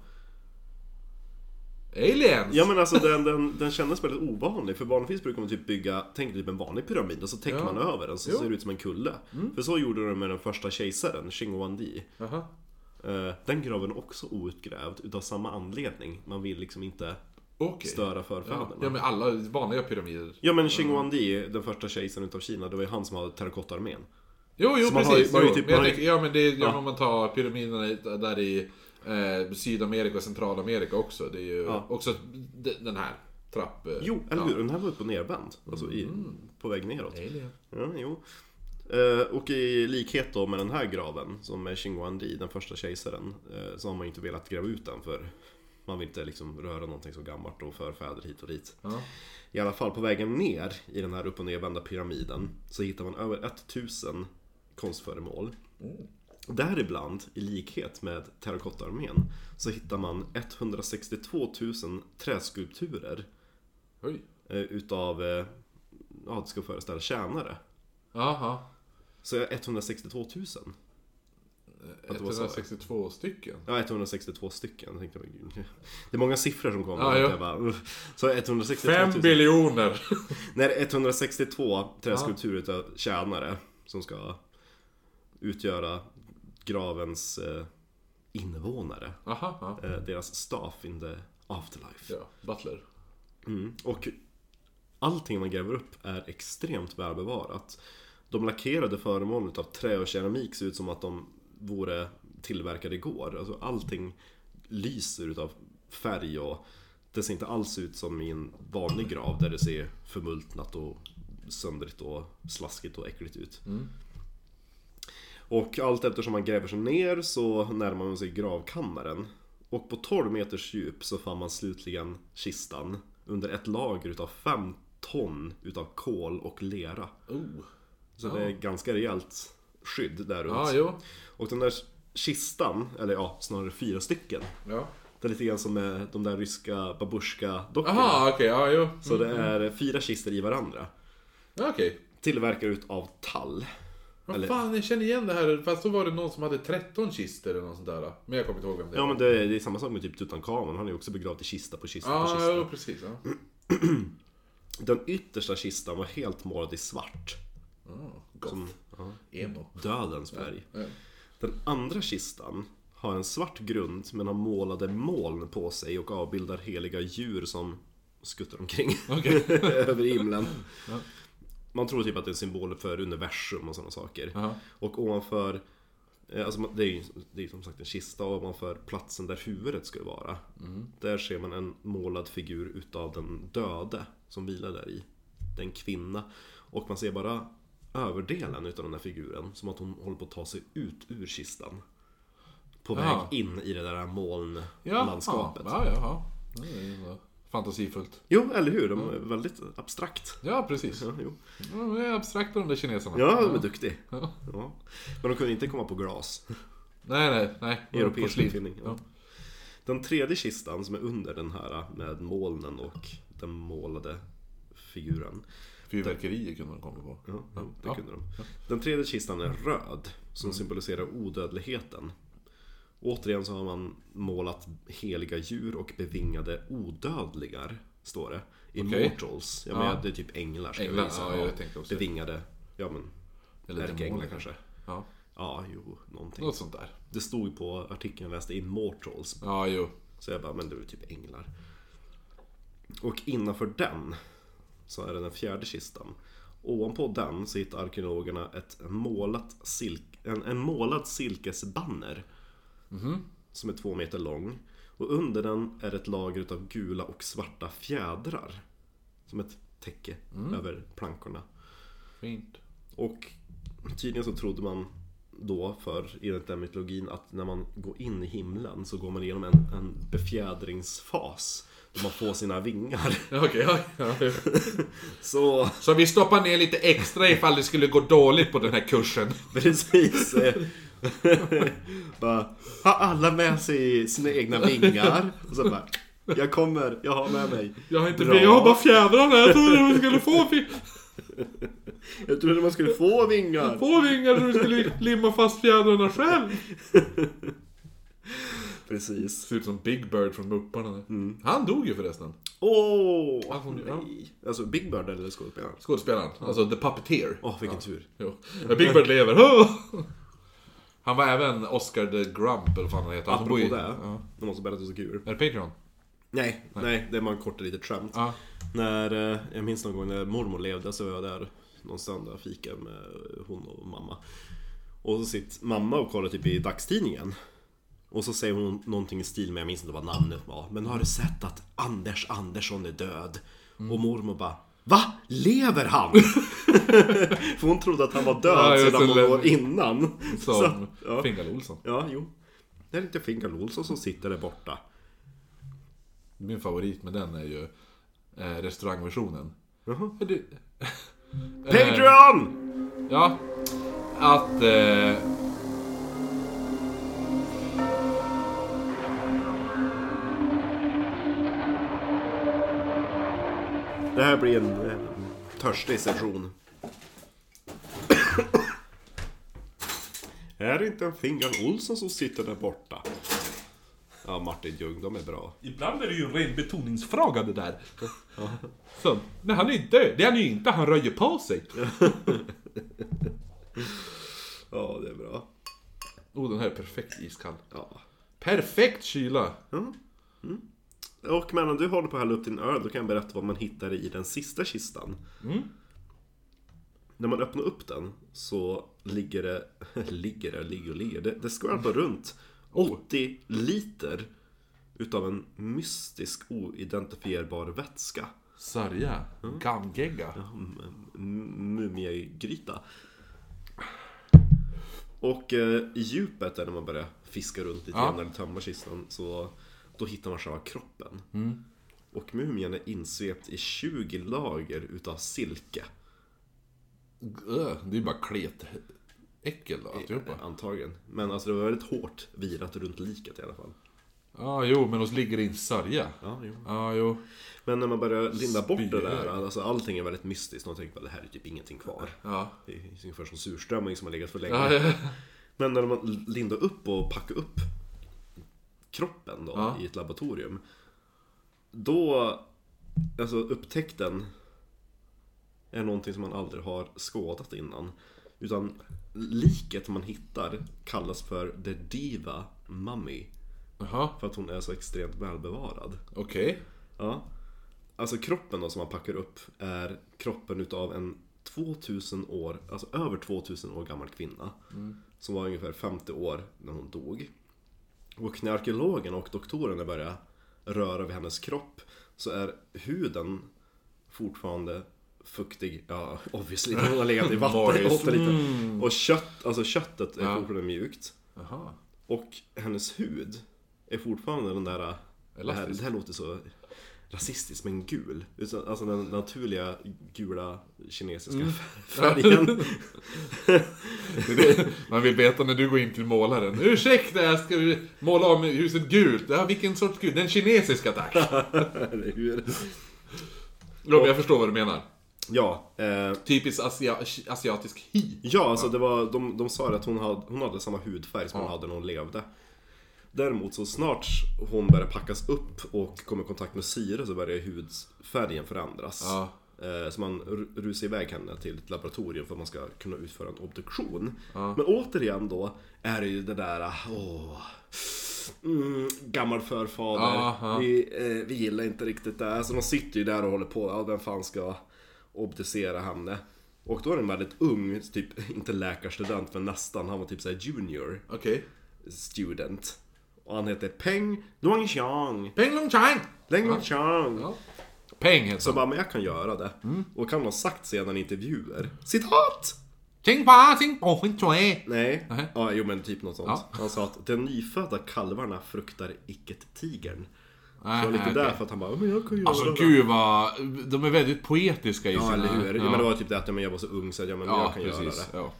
S1: Aliens!
S2: Ja men alltså den, den, den kändes väldigt ovanlig för vanligtvis brukar man typ bygga, tänk typ en vanlig pyramid och så täcker
S1: Ja.
S2: man över den så
S1: Jo. Mm.
S2: ser det ut som en kulle. För så gjorde de med den första kejsaren, Shingwandi.
S1: Jaha.
S2: Eh, den graven är också outgrävd utav samma anledning. Man vill liksom inte
S1: Okej.
S2: störa
S1: Ja.
S2: förfäderna.
S1: ja, men alla vanliga pyramider.
S2: Ja men Shingwandi, den första kejsaren utav Kina, det var ju han som hade terrakottaarmén.
S1: Jo, jo
S2: Så man har
S1: precis.
S2: ju- man har ju
S1: jo.
S2: typ-
S1: men jag
S2: man har ju-
S1: tänker, ja, men det är, ja.
S2: Ja.
S1: om man tar pyramiderna i- där i eh, Sydamerika och Centralamerika också. Det är ju
S2: Ja.
S1: också d- den här trapp... eh,
S2: Jo, eller
S1: ja. Mm.
S2: hur? Den här var upp och nervänd. Alltså i, på väg neråt.
S1: Alien.
S2: Ja, jo. Eh, och i likhet då med den här graven som är Shingwandi, den första kejsaren, eh, så har man ju inte velat gräva ut den för man vill inte liksom röra någonting så gammalt och förfäder hit och dit.
S1: Ja.
S2: I alla fall på vägen ner i den här upp och nervända pyramiden så hittar man över 1000 konstföremål.
S1: Oh.
S2: Däribland, i likhet med terrakottaarmén, så hittar man 162 000 träskulpturer
S1: Oj.
S2: eh, utav, eh, ja det ska föreställa tjänare.
S1: Jaha.
S2: Så jag har 162 000. Att det var så, ja.
S1: 162 stycken.
S2: Ja, 162 stycken. Jag tänkte, men gud. det är många siffror som kommer.
S1: Ja, ja.
S2: jag bara, uff. så 162 000.
S1: Fem biljoner!
S2: Nej, 162 träskulpturer utav tjänare som ska utgöra gravens eh, invånare.
S1: Aha, ja.
S2: Eh, deras staff in the afterlife.
S1: ja. Butler.
S2: Mm. Och allting man gräver upp är extremt välbevarat. De lackerade föremålen av trä och keramik ser ut som att de vore tillverkade igår. Alltså allting lyser utav färg och det ser inte alls ut som i en vanlig grav där det ser förmultnat och söndrigt och slaskigt och äckligt ut. Och allt eftersom man gräver sig ner så närmar man sig gravkammaren. Och på 12 meters djup så fann man slutligen kistan under ett lager utav 5 ton utav kol och lera.
S1: Oh.
S2: Så det är ganska rejält skydd där runt.
S1: Ja, jo.
S2: Och den där kistan, eller ja, snarare fyra stycken.
S1: Ja.
S2: Det är lite grann som eh, de där ryska babusjka-dockorna.
S1: Aha, Mm, okej. ja, jo.
S2: Så det är fyra kistor i varandra.
S1: Ja, Okej.
S2: Tillverkade utav tall.
S1: Vad
S2: Eller-
S1: fan, jag känner igen det här. Fast då var det någon som hade 13 kistor eller något sånt där. Men jag kommer inte ihåg vem det
S2: Ja
S1: var.
S2: men det är, det är samma sak med typ Tutankhamon, han är ju också begravd i kista på kista på
S1: ah,
S2: kista.
S1: ja, precis. Ja.
S2: Den yttersta kistan var helt målad i svart.
S1: Gott. Emo.
S2: Dödens färg.
S1: Ja.
S2: Den andra kistan har en svart grund men har målade moln på sig och avbildar heliga djur som skuttar omkring
S1: Okej.
S2: över himlen. Man tror typ att det är en symbol för universum och sådana saker.
S1: Jaha.
S2: Och ovanför, eh, alltså man- det är ju det är ju som sagt en kista, och ovanför platsen där huvudet skulle vara.
S1: Mm.
S2: Där ser man en målad figur utav den döde som vilar där i. Det är en kvinna. Och man ser bara överdelen utav den här figuren, som att hon håller på att ta sig ut ur kistan. På väg
S1: Jaha.
S2: in i det där
S1: Ja,
S2: molnlandskapet.
S1: Ja, ja, ja. Ja, det är ju Fantasifullt.
S2: Jo, eller hur? De
S1: Mm.
S2: är väldigt abstrakt.
S1: Ja, precis.
S2: Ja, jo.
S1: Ja, De är abstrakta de där kineserna.
S2: Ja, de är duktig.
S1: Ja.
S2: Ja. Men de kunde inte komma på glas.
S1: Nej, nej, nej. De är
S2: Europeisk
S1: porslin.
S2: uppfinning. Ja.
S1: Ja.
S2: Den tredje kistan som är under den här med molnen och den målade figuren.
S1: Fyrverkerier kunde de komma på.
S2: Ja, jo, det
S1: Ja. Mm.
S2: kunde de. Den tredje kistan är röd som symboliserar odödligheten. Återigen så har man målat heliga djur och bevingade odödligar, står det. Immortals. Ja, men
S1: Ja.
S2: Det är typ änglar. ska jag
S1: Änglar,
S2: gissa.
S1: ja, jag tänkte också det.
S2: Bevingade, ja men
S1: Eller
S2: ärkeänglar
S1: demoner
S2: kanske.
S1: Ja,
S2: Ja, jo, någonting.
S1: något sånt där.
S2: Det stod på artikeln jag läste Immortals
S1: Ja, jo.
S2: Så jag bara, men det är väl typ änglar. Och innanför den så är det den fjärde kistan. Ovanpå den så hittar arkeologerna ett målat silk, en, en målad silkesbanner. Som är två meter lång. Och under den är ett lager av gula och svarta fjädrar. Som ett täcke över plankorna.
S1: Fint.
S2: Och tydligen så trodde man då för i den där mytologin att när man går in i himlen så går man igenom en, en befjädringsfas. Då man får sina vingar.
S1: Ja, okej, ja, ja, jo.
S2: Så
S1: Så vi stoppar ner lite extra ifall det skulle gå dåligt på den här kursen.
S2: precis. eh, bara, ha alla med sig sina egna vingar. Och så bara, jag kommer, jag har med mig.
S1: Jag har inte
S2: Bra.
S1: jag har bara fjädrarna, jag trodde vi skulle få, fi-
S2: Jag trodde man skulle få vingar.
S1: få vingar så vi skulle limma fast fjädrarna själv.
S2: Precis.
S1: Ser ut som Big Bird från Mupparna.
S2: Mm.
S1: Han dog ju förresten.
S2: Åh!
S1: Ja, hon- Ah, ja.
S2: nej. Alltså Big Bird eller skådespelaren?
S1: Skådespelaren, alltså The Puppeteer.
S2: Åh, vilken tur.
S1: Jo. Men Big Bird lever. Han var även Oscar the Grump, eller vad fan han heter. Han som
S2: Apropå
S1: bor i-
S2: det.
S1: Ja.
S2: De måste berätta så kul.
S1: Är det Patreon?
S2: Nej, nej, det är bara en kort litet skämt.
S1: Ja.
S2: När, eh, jag minns någon gång när mormor levde så var jag där någon söndag och fika med hon och mamma. Och så sitter mamma och kollar typ i dagstidningen. Och så säger hon någonting i stil med, jag minns inte vad namnet var, men har du sett att Anders Andersson är död?
S1: Mm.
S2: Och mormor bara Va? Lever han? För hon trodde att han var
S1: Ja,
S2: död
S1: just
S2: sedan
S1: det.
S2: några år innan.
S1: Som
S2: Så, ja.
S1: Fingal Olsson.
S2: Ja, jo. Det är inte Fingal Olsson som sitter där borta.
S1: Min favorit med den är ju eh, restaurangversionen.
S2: Jaha.
S1: Är du- Eh,
S2: Patreon!
S1: ja. Att... Eh,
S2: Det här blir en eh, törstig session. är det inte en Fingal Olsson som sitter där borta? Ja, Martin Ljung, de är bra.
S1: Ibland är det ju en ren betoningsfråga det där. Så, men han är ju död. Det är han ju inte. Han röjer på sig.
S2: Ja, det är bra.
S1: Oh, den här är perfekt iskall.
S2: Ja.
S1: Perfekt kyla.
S2: Och medan du håller på att hälla upp din öl, då kan jag berätta vad man hittar i den sista kistan. När man öppnar upp den så ligger det, ligger det, ligger och ligger, det, det skvalpar runt 80 liter utav en mystisk oidentifierbar vätska.
S1: Sarja. Gamgegga.
S2: M- mumiegryta. Och eh, i djupet där när man börjar fiska runt lite
S1: Ja.
S2: grann eller tömma kistan så då hittar man själva kroppen.
S1: Mm.
S2: Och mumien är insvept i 20 lager utav silke.
S1: Ö, Det är ju bara kletäckel då, alltihopa.
S2: eh, Antagligen. Men alltså det var väldigt hårt virat runt liket i alla fall.
S1: Ja, ah, jo, men oss ligger det i en sarja. Ja,
S2: Ja, jo.
S1: ah, jo.
S2: Men när man börjar linda bort det där,
S1: Spyr.
S2: alltså allting är väldigt mystiskt. Man tänker bara det här är typ ingenting kvar.
S1: Ja.
S2: Det är ungefär som surströmming som har legat för länge.
S1: Ja, ja.
S2: Men när man lindar upp och packar upp kroppen då
S1: Ja.
S2: i ett laboratorium. Då, alltså upptäckten är någonting som man aldrig har skådat innan. Utan liket man hittar kallas för The Diva Mummy.
S1: Jaha,
S2: För att hon är så extremt välbevarad.
S1: okej.
S2: Ja. Alltså kroppen då som man packar upp är kroppen utav en 2000 år, alltså över 2000 år gammal kvinna. Som var ungefär 50 år när hon dog. Och när arkeologen och doktorerna börjar röra vid hennes kropp så är huden fortfarande fuktig, ja obviously, hon har legat i vatten
S1: Morris.
S2: åtta liter. Och kött, alltså köttet är
S1: Ja.
S2: fortfarande mjukt.
S1: Jaha.
S2: Och hennes hud är fortfarande den där... Det här,
S1: Elastisk.
S2: det här låter så rasistiskt, men gul. Utan- Alltså den naturliga gula kinesiska
S1: Mm.
S2: färgen.
S1: Det är det Man vill veta när du går in till målaren. Ursäkta, jag ska vi måla om huset gult? Ja, vilken sorts gult? Den kinesiska tack.
S2: Eller hur?
S1: Jo, jag förstår vad du menar.
S2: Ja, eh,
S1: Typisk asia- asiatisk hy.
S2: ja alltså det var, de, de sa att hon hade, hon hade samma hudfärg som hon hade när hon levde. Däremot så snart hon börjar packas upp och kommer i kontakt med syre så börjar hudfärgen förändras.
S1: Ja.
S2: Eh, Så man ru- rusar iväg henne till ett laboratorium för att man ska kunna utföra en obduktion.
S1: Ja.
S2: Men återigen då är det ju det där, ah, åh, mm, gammal förfader,
S1: Ja, ja.
S2: Vi, eh, vi gillar inte riktigt det här. Så de sitter ju där och håller på, ja, vem fan ska obducera henne? Och då är den väldigt ung, typ inte läkarstudent men nästan, han var typ såhär junior
S1: Okej.
S2: student. Och han heter Peng Duangxiang,
S1: Peng Long Chang!
S2: Peng Duangxiang.
S1: Ja. Peng
S2: Så
S1: heter han.
S2: bara, men jag kan göra det.
S1: Mm.
S2: Och kan ha sagt sedan i intervjuer. Citat!
S1: Ching Pa Ching Po Ching Chue.
S2: Nej.
S1: Nej.
S2: Ja, jo men typ något sånt.
S1: Ja.
S2: Han sa att de nyfödda kalvarna fruktar icket tigern.
S1: Nej,
S2: Det var lite
S1: okej.
S2: därför att han bara, men jag kan göra
S1: Ah, Alltså
S2: det.
S1: gud vad... De är väldigt poetiska i
S2: Ja,
S1: sina...
S2: eller hur? Ja. Men det var typ det att ja, men jag var så ung så att, ja, men jag kan göra det.
S1: Ja.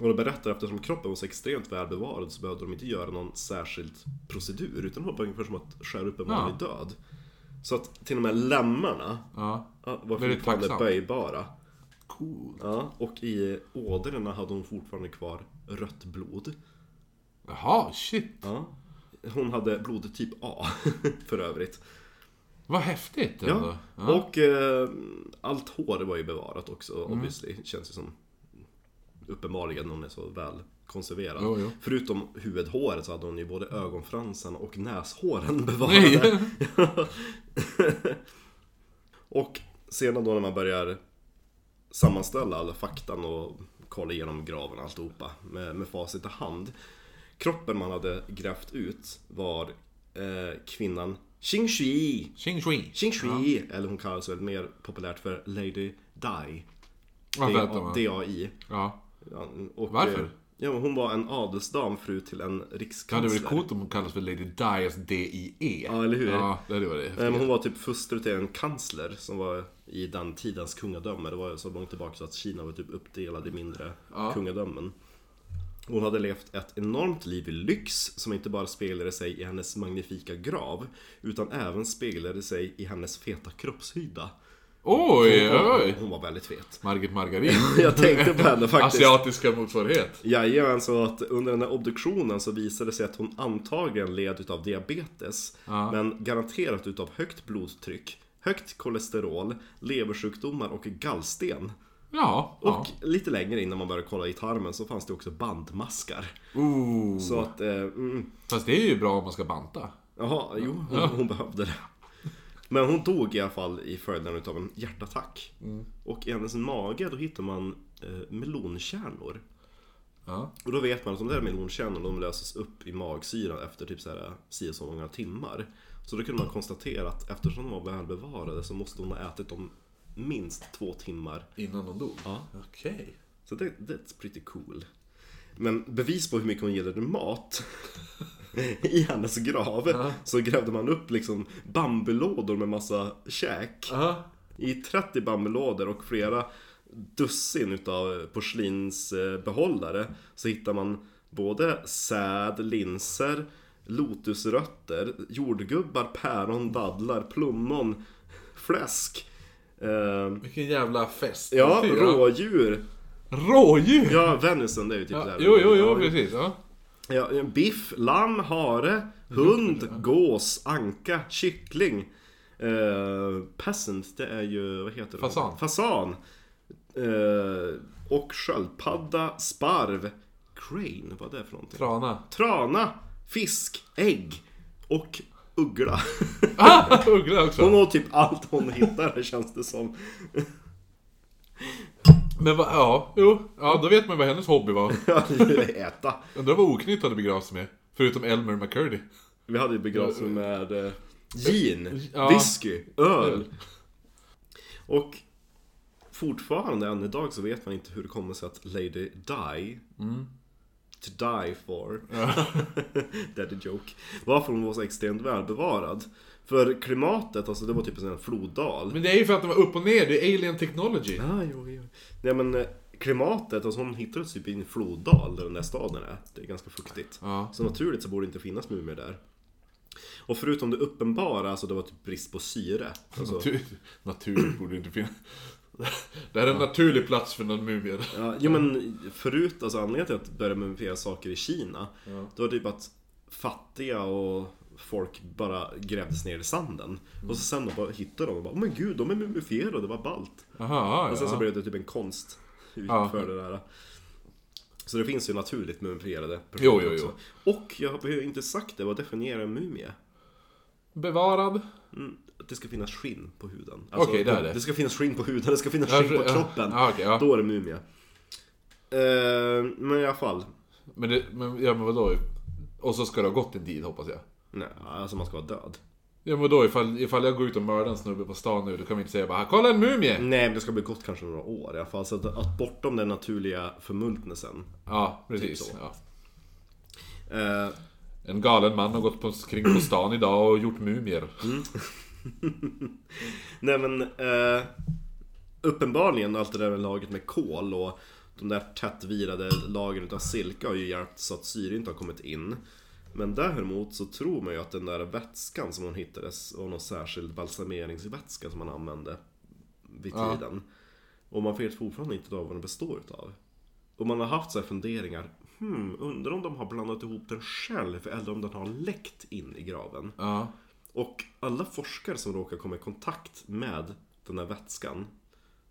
S2: Och de berättar eftersom kroppen var så extremt välbevarad så behövde de inte göra någon särskild procedur utan det var bara ungefär som att skära upp en vanlig död. Så att till och med lemmarna
S1: Ja.
S2: ja, var
S1: Väldigt
S2: fortfarande
S1: tacksamt.
S2: böjbara.
S1: Cool.
S2: Ja, och i ådrorna hade hon fortfarande kvar rött blod.
S1: Jaha, shit.
S2: Ja. Hon hade blodtyp A för övrigt.
S1: Vad häftigt
S2: Ja.
S1: ändå. Ja. Mm.
S2: Och eh, allt hår var ju bevarat också obviously. Känns ju som uppenbarligen hon är så väl konserverad.
S1: Jo, jo.
S2: Förutom huvudhåret så hade hon ju både ögonfransarna och näshåren bevarade.
S1: Nej.
S2: och sedan då när man börjar sammanställa alla faktan och kolla igenom graven och alltihopa med, med facit i hand. Kroppen man hade grävt ut var eh, kvinnan Xing Shui.
S1: Tjing tjing.
S2: Xing Shui, eller hon kallas väl mer populärt för Lady Dai.
S1: Vad väntar man?
S2: D-A-I.
S1: Ja.
S2: Ja, och,
S1: Varför?
S2: eh, Ja, men hon var en adelsdam, fru till en
S1: Det hade
S2: rikskansler.
S1: varit coolt om hon kallas för Lady Dias D-I-E.
S2: Ja, eller hur?
S1: Ja, det hade varit
S2: Nej,
S1: häftigt.
S2: men hon var typ hustru till en kansler som var i den tidens kungadöme. Det var ju så långt tillbaka så att Kina var typ uppdelad i mindre
S1: Ja.
S2: kungadömen. Hon hade levt ett enormt liv i lyx som inte bara speglade sig i hennes magnifika grav utan även speglade sig i hennes feta kroppshydda.
S1: Oj,
S2: Hon,
S1: oj! Alltså,
S2: hon var väldigt fet.
S1: Margit Margarin.
S2: Jag tänkte på henne faktiskt.
S1: Asiatiska motsvarighet.
S2: Jajamän, så att under den här obduktionen så visade det sig att hon antagligen led utav diabetes. Men garanterat utav högt blodtryck, högt kolesterol, leversjukdomar och gallsten.
S1: Ja.
S2: Och
S1: ja.
S2: lite längre innan man började kolla i tarmen så fanns det också bandmaskar.
S1: Ooh.
S2: Så att, eh, mm,
S1: Fast det är ju bra om man ska banta.
S2: jaha, jo, hon, hon behövde det. Men hon dog i alla fall i följden utav en hjärtattack. Och i hennes mage då hittar man eh, melonkärnor.
S1: Ja.
S2: Och då vet man att de där melonkärnorna de löses upp i magsyran efter typ så här si och så många timmar. Så då kunde man konstatera att eftersom de var välbevarade så måste hon ha ätit dem minst två timmar.
S1: Innan de dog?
S2: Ja.
S1: Okej.
S2: Så det, that's pretty cool. Men bevis på hur mycket hon gillade mat i hennes grav så grävde man upp liksom bambulådor med massa käk.
S1: Aha.
S2: I 30 bambulådor och flera dussin utav porslinsbehållare så hittar man både säd, linser, lotusrötter, jordgubbar, päron, dadlar, plommon, fläsk. Eh,
S1: Vilken jävla fest.
S2: ja,
S1: Fy,
S2: rådjur.
S1: Rådjur!
S2: Ja, venison det är ju typ
S1: Ja,
S2: där.
S1: jo, jo, jo, precis. Ja.
S2: Ja, biff, lamm, hare, hund,
S1: Mm.
S2: gås, anka, kyckling. Eh, peasant, det är ju, vad heter det?
S1: Fasan.
S2: Fasan. Eh, och sköldpadda, sparv, crane, vad är det för någonting?
S1: Trana.
S2: Trana, fisk, ägg och uggla.
S1: Ah! Uggla också.
S2: Hon åt typ allt hon hittade känns det som.
S1: Men vad, ja, jo. Ja, då vet man vad hennes hobby var.
S2: Äta.
S1: Undrar vad oknytt hade begravts med. Förutom Elmer McCurdy.
S2: Vi hade ju begravning med eh, gin,
S1: Ja.
S2: whisky, öl. Och fortfarande än idag så vet man inte hur det kommer sig att Lady Di To die for. That a joke. Varför hon var så extremt välbevarad. För klimatet, alltså det var typ en sån här floddal.
S1: Men det är ju för att de var upp och ner, det är alien technology.
S2: Ah, jo, jo. Nej men eh, klimatet, alltså hon hittade typ i en floddal där den där staden är. Det är ganska fuktigt.
S1: Ja.
S2: Så naturligt så borde det inte finnas mumier där. Och förutom det uppenbara, alltså det var typ brist på syre. Alltså,
S1: Natur, naturligt borde det inte finnas. Det här är en naturlig plats för någon mumie.
S2: ja, jo men förut, alltså anledningen till att börja mumifiera saker i Kina, det var typ att fattiga och folk bara grävdes ner i sanden. Och så sen då bara hittade de och bara, oh men gud, de är mumifierade, det var ballt.
S1: Aha,
S2: Och sen så
S1: ja.
S2: blev det typ en konst
S1: Ja.
S2: för det där. Så det finns ju naturligt mumifierade
S1: Jo, jo, jo.
S2: också. Och jag har ju inte sagt det, vad definierar en mumie?
S1: Bevarad.
S2: Mm, att det ska finnas skinn på huden. Alltså,
S1: Okej, det är det.
S2: det ska finnas skinn på huden, det ska finnas
S1: Ja,
S2: skinn på
S1: ja.
S2: kroppen.
S1: Ja, okej, ja.
S2: Då är det mumie. Eh, men i alla fall.
S1: Men, det, men, ja, men vadå? Och så ska det ha gått en tid hoppas jag.
S2: Nej, alltså man ska vara död.
S1: Ja men då ifall, ifall jag går ut och mördar en snubbe på stan nu, då kan vi inte säga bara kolla en mumie!
S2: Nej, men det ska bli gott kanske några år i alla fall. Så att, att bortom den naturliga förmultnelsen.
S1: Ja, precis. Ja.
S2: Eh,
S1: En galen man har gått på, kring på stan idag och gjort mumier.
S2: nej men, eh, uppenbarligen allt det där med laget med kol och de där tättvirade lagren utav silke har ju hjälpt så att syre inte har kommit in. Men däremot så tror man ju att den där vätskan som hon hittades var någon särskild balsameringsvätska som man använde vid
S1: Ja.
S2: tiden. Och man vet fortfarande inte då vad den består utav. Och man har haft så här funderingar. Hmm, undrar om de har blandat ihop den själv eller om den har läckt in i graven.
S1: Ja.
S2: Och alla forskare som råkar komma i kontakt med den här vätskan,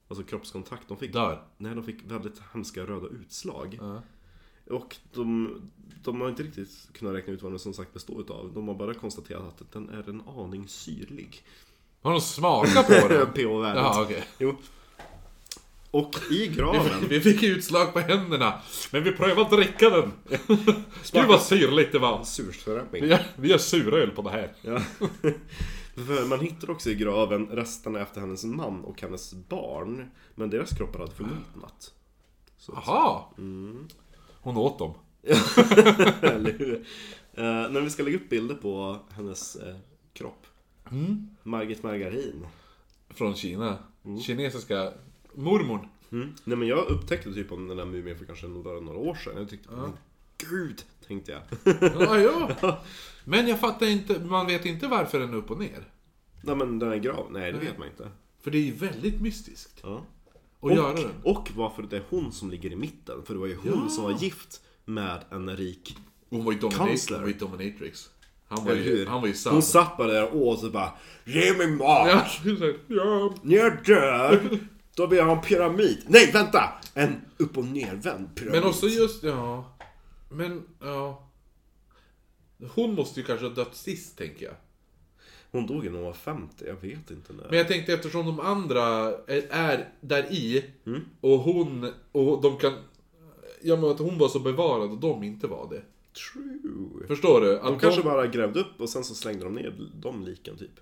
S2: alltså kroppskontakt, de fick,
S1: Dör.
S2: nej, de fick väldigt hemska röda utslag.
S1: Ja.
S2: Och de, de har inte riktigt kunnat räkna ut vad den som sagt består utav. De har bara konstaterat att den är en aning syrlig.
S1: Har de smakat på den?
S2: pH-värdet.
S1: Ja, okej.
S2: Jo. Och i
S1: Vi-
S2: graven...
S1: Vi fick utslag på händerna, men vi prövade att dricka den. Gud vad syrligt det var.
S2: Surströmming.
S1: Vi gör, vi gör suröl på det här.
S2: Ja. För man hittar också i graven resterna efter hennes man och hennes barn. Men deras kroppar hade förmultnat.
S1: Jaha! Hon åt dem.
S2: Eller hur? Eh, när vi ska lägga upp bilder på hennes eh, kropp. Margit Margarin.
S1: Från Kina. Kinesiska mormon.
S2: Nej men jag upptäckte typ om den där mumien för kanske några, några år sedan. Jag tyckte, men gud, tänkte jag.
S1: Ja, ja. Men jag fattar inte, man vet inte varför den är upp och ner.
S2: Nej men den är grav, nej det vet man inte.
S1: För det är ju väldigt mystiskt
S2: Ja.
S1: att
S2: Och,
S1: göra den.
S2: och varför det är hon som ligger i mitten. För det var ju hon som var gift med en rik
S1: Hon var ju dominatrix.
S2: Kansler.
S1: Hon var ju dominatrix. Han var
S2: Eller hur?
S1: ju, han var ju sann.
S2: Hon satt bara där och åt och bara Ge mig mat!
S1: Ja, exakt. ja.
S2: När jag dör, då blir jag en pyramid. Nej, vänta! En upp och nervänd pyramid.
S1: Men också just, ja. Men, ja. Hon måste ju kanske ha dött sist, tänker jag.
S2: Hon dog ju när hon var 50, jag vet inte när.
S1: Men jag tänkte eftersom de andra är, är där i
S2: Mm.
S1: och hon, och de kan... Ja men att hon var så bevarad och de inte var det.
S2: True.
S1: Förstår du? Att
S2: De kanske bara grävde upp och sen så slängde de ner de liken typ.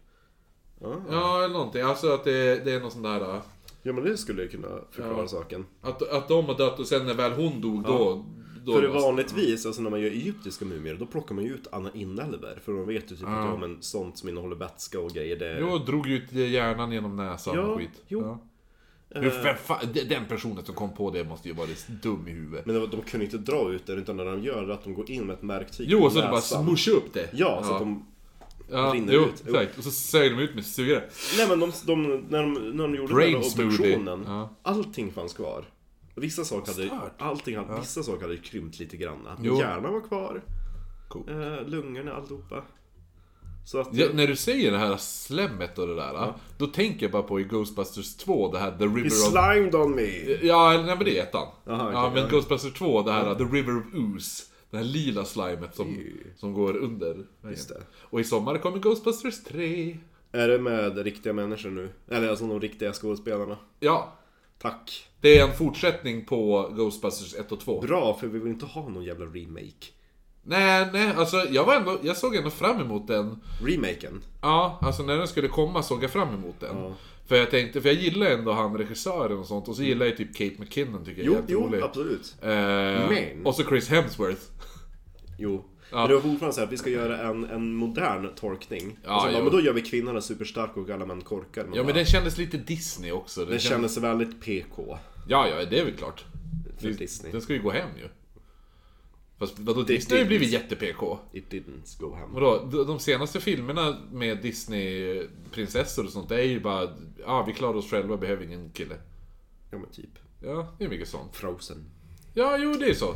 S1: Ja, eller någonting. Alltså att det, det är någon sån där... äh,
S2: Ja men det skulle ju kunna förklara saken.
S1: Att, att de har dött och sen när väl hon dog då... då
S2: För det vanligtvis, alltså när man gör egyptiska mumier, då plockar man ju ut alla inälvor. För de vet ju typ att ja, men sånt som innehåller vätska och grejer, det...
S1: Jo, drog ut hjärnan genom näsan
S2: Ja,
S1: och skit.
S2: jo. Eh.
S1: Ja. Hur fan- fan- de- Den personen som kom på det måste ju varit dum i huvudet.
S2: Men det var- de kunde inte dra ut det, utan när de gör det, att de går in med ett märktyg
S1: Jo,
S2: på
S1: och så det bara
S2: näsan.
S1: smusha upp det.
S2: Ja, så att de...
S1: ja,
S2: rinner
S1: jo,
S2: ut. Jo.
S1: Exakt. Och så sög de ut med sugare.
S2: Nej men de, de, när, de, när de gjorde
S1: Brain
S2: den där obduktionen,
S1: smoothie. Ja.
S2: allting fanns kvar. Vissa saker hade,
S1: Stört.
S2: allting, hade- vissa saker hade krympt lite grann.
S1: Jo.
S2: Hjärnan var kvar,
S1: Coolt.
S2: eh, lungorna, alltihopa. Så att...
S1: Ja, när du säger det här slemmet och det där, äh, då tänker jag bara på i Ghostbusters 2, det här The River
S2: He
S1: of...
S2: slimed on me!
S1: Ja, eller nej, men det är ettan.
S2: Jaha, okej,
S1: ja, men
S2: ja.
S1: Ghostbusters 2, det här The River of Ooze. Det här lila slimet som, som går under.
S2: Just det.
S1: Och i sommar kommer Ghostbusters 3.
S2: Är det med riktiga människor nu? Eller alltså de riktiga skådespelarna?
S1: Ja,
S2: Tack!
S1: det är en fortsättning på Ghostbusters 1 och 2.
S2: Bra, för vi vill inte ha någon jävla remake.
S1: Nej, nej, alltså jag var ändå, jag såg ändå fram emot den.
S2: Remaken?
S1: Ja, alltså när den skulle komma såg jag fram emot den. För jag tänkte, för jag gillar ändå han regissören och sånt, och så gillar jag typ Kate McKinnon tycker jag
S2: Jo,
S1: är
S2: jo
S1: jätterolig.
S2: absolut.
S1: Eh,
S2: Men-
S1: Och så Chris Hemsworth.
S2: Jo. Men det var fortfarande så här att vi ska göra en, en modern tolkning.
S1: Ja,
S2: och sen, bara,
S1: jo.
S2: men då gör vi kvinnorna superstarka och alla män korkar. Man
S1: Ja men
S2: bara,
S1: den kändes lite Disney också. Den
S2: det
S1: kändes...
S2: kändes väldigt PK.
S1: Ja, ja, det är väl klart.
S2: För Disney.
S1: Den ska ju gå hem ju. Fast vadå, Disney har ju blivit jätte-PK.
S2: It didn't go hem.
S1: Vadå, de- de senaste filmerna med Disney-prinsessor och sånt, det är ju bara... Ja, ah, vi klarar oss själva, behöver ingen kille.
S2: Ja men typ.
S1: Ja, det är mycket sånt.
S2: Frozen.
S1: Ja, jo, det är så.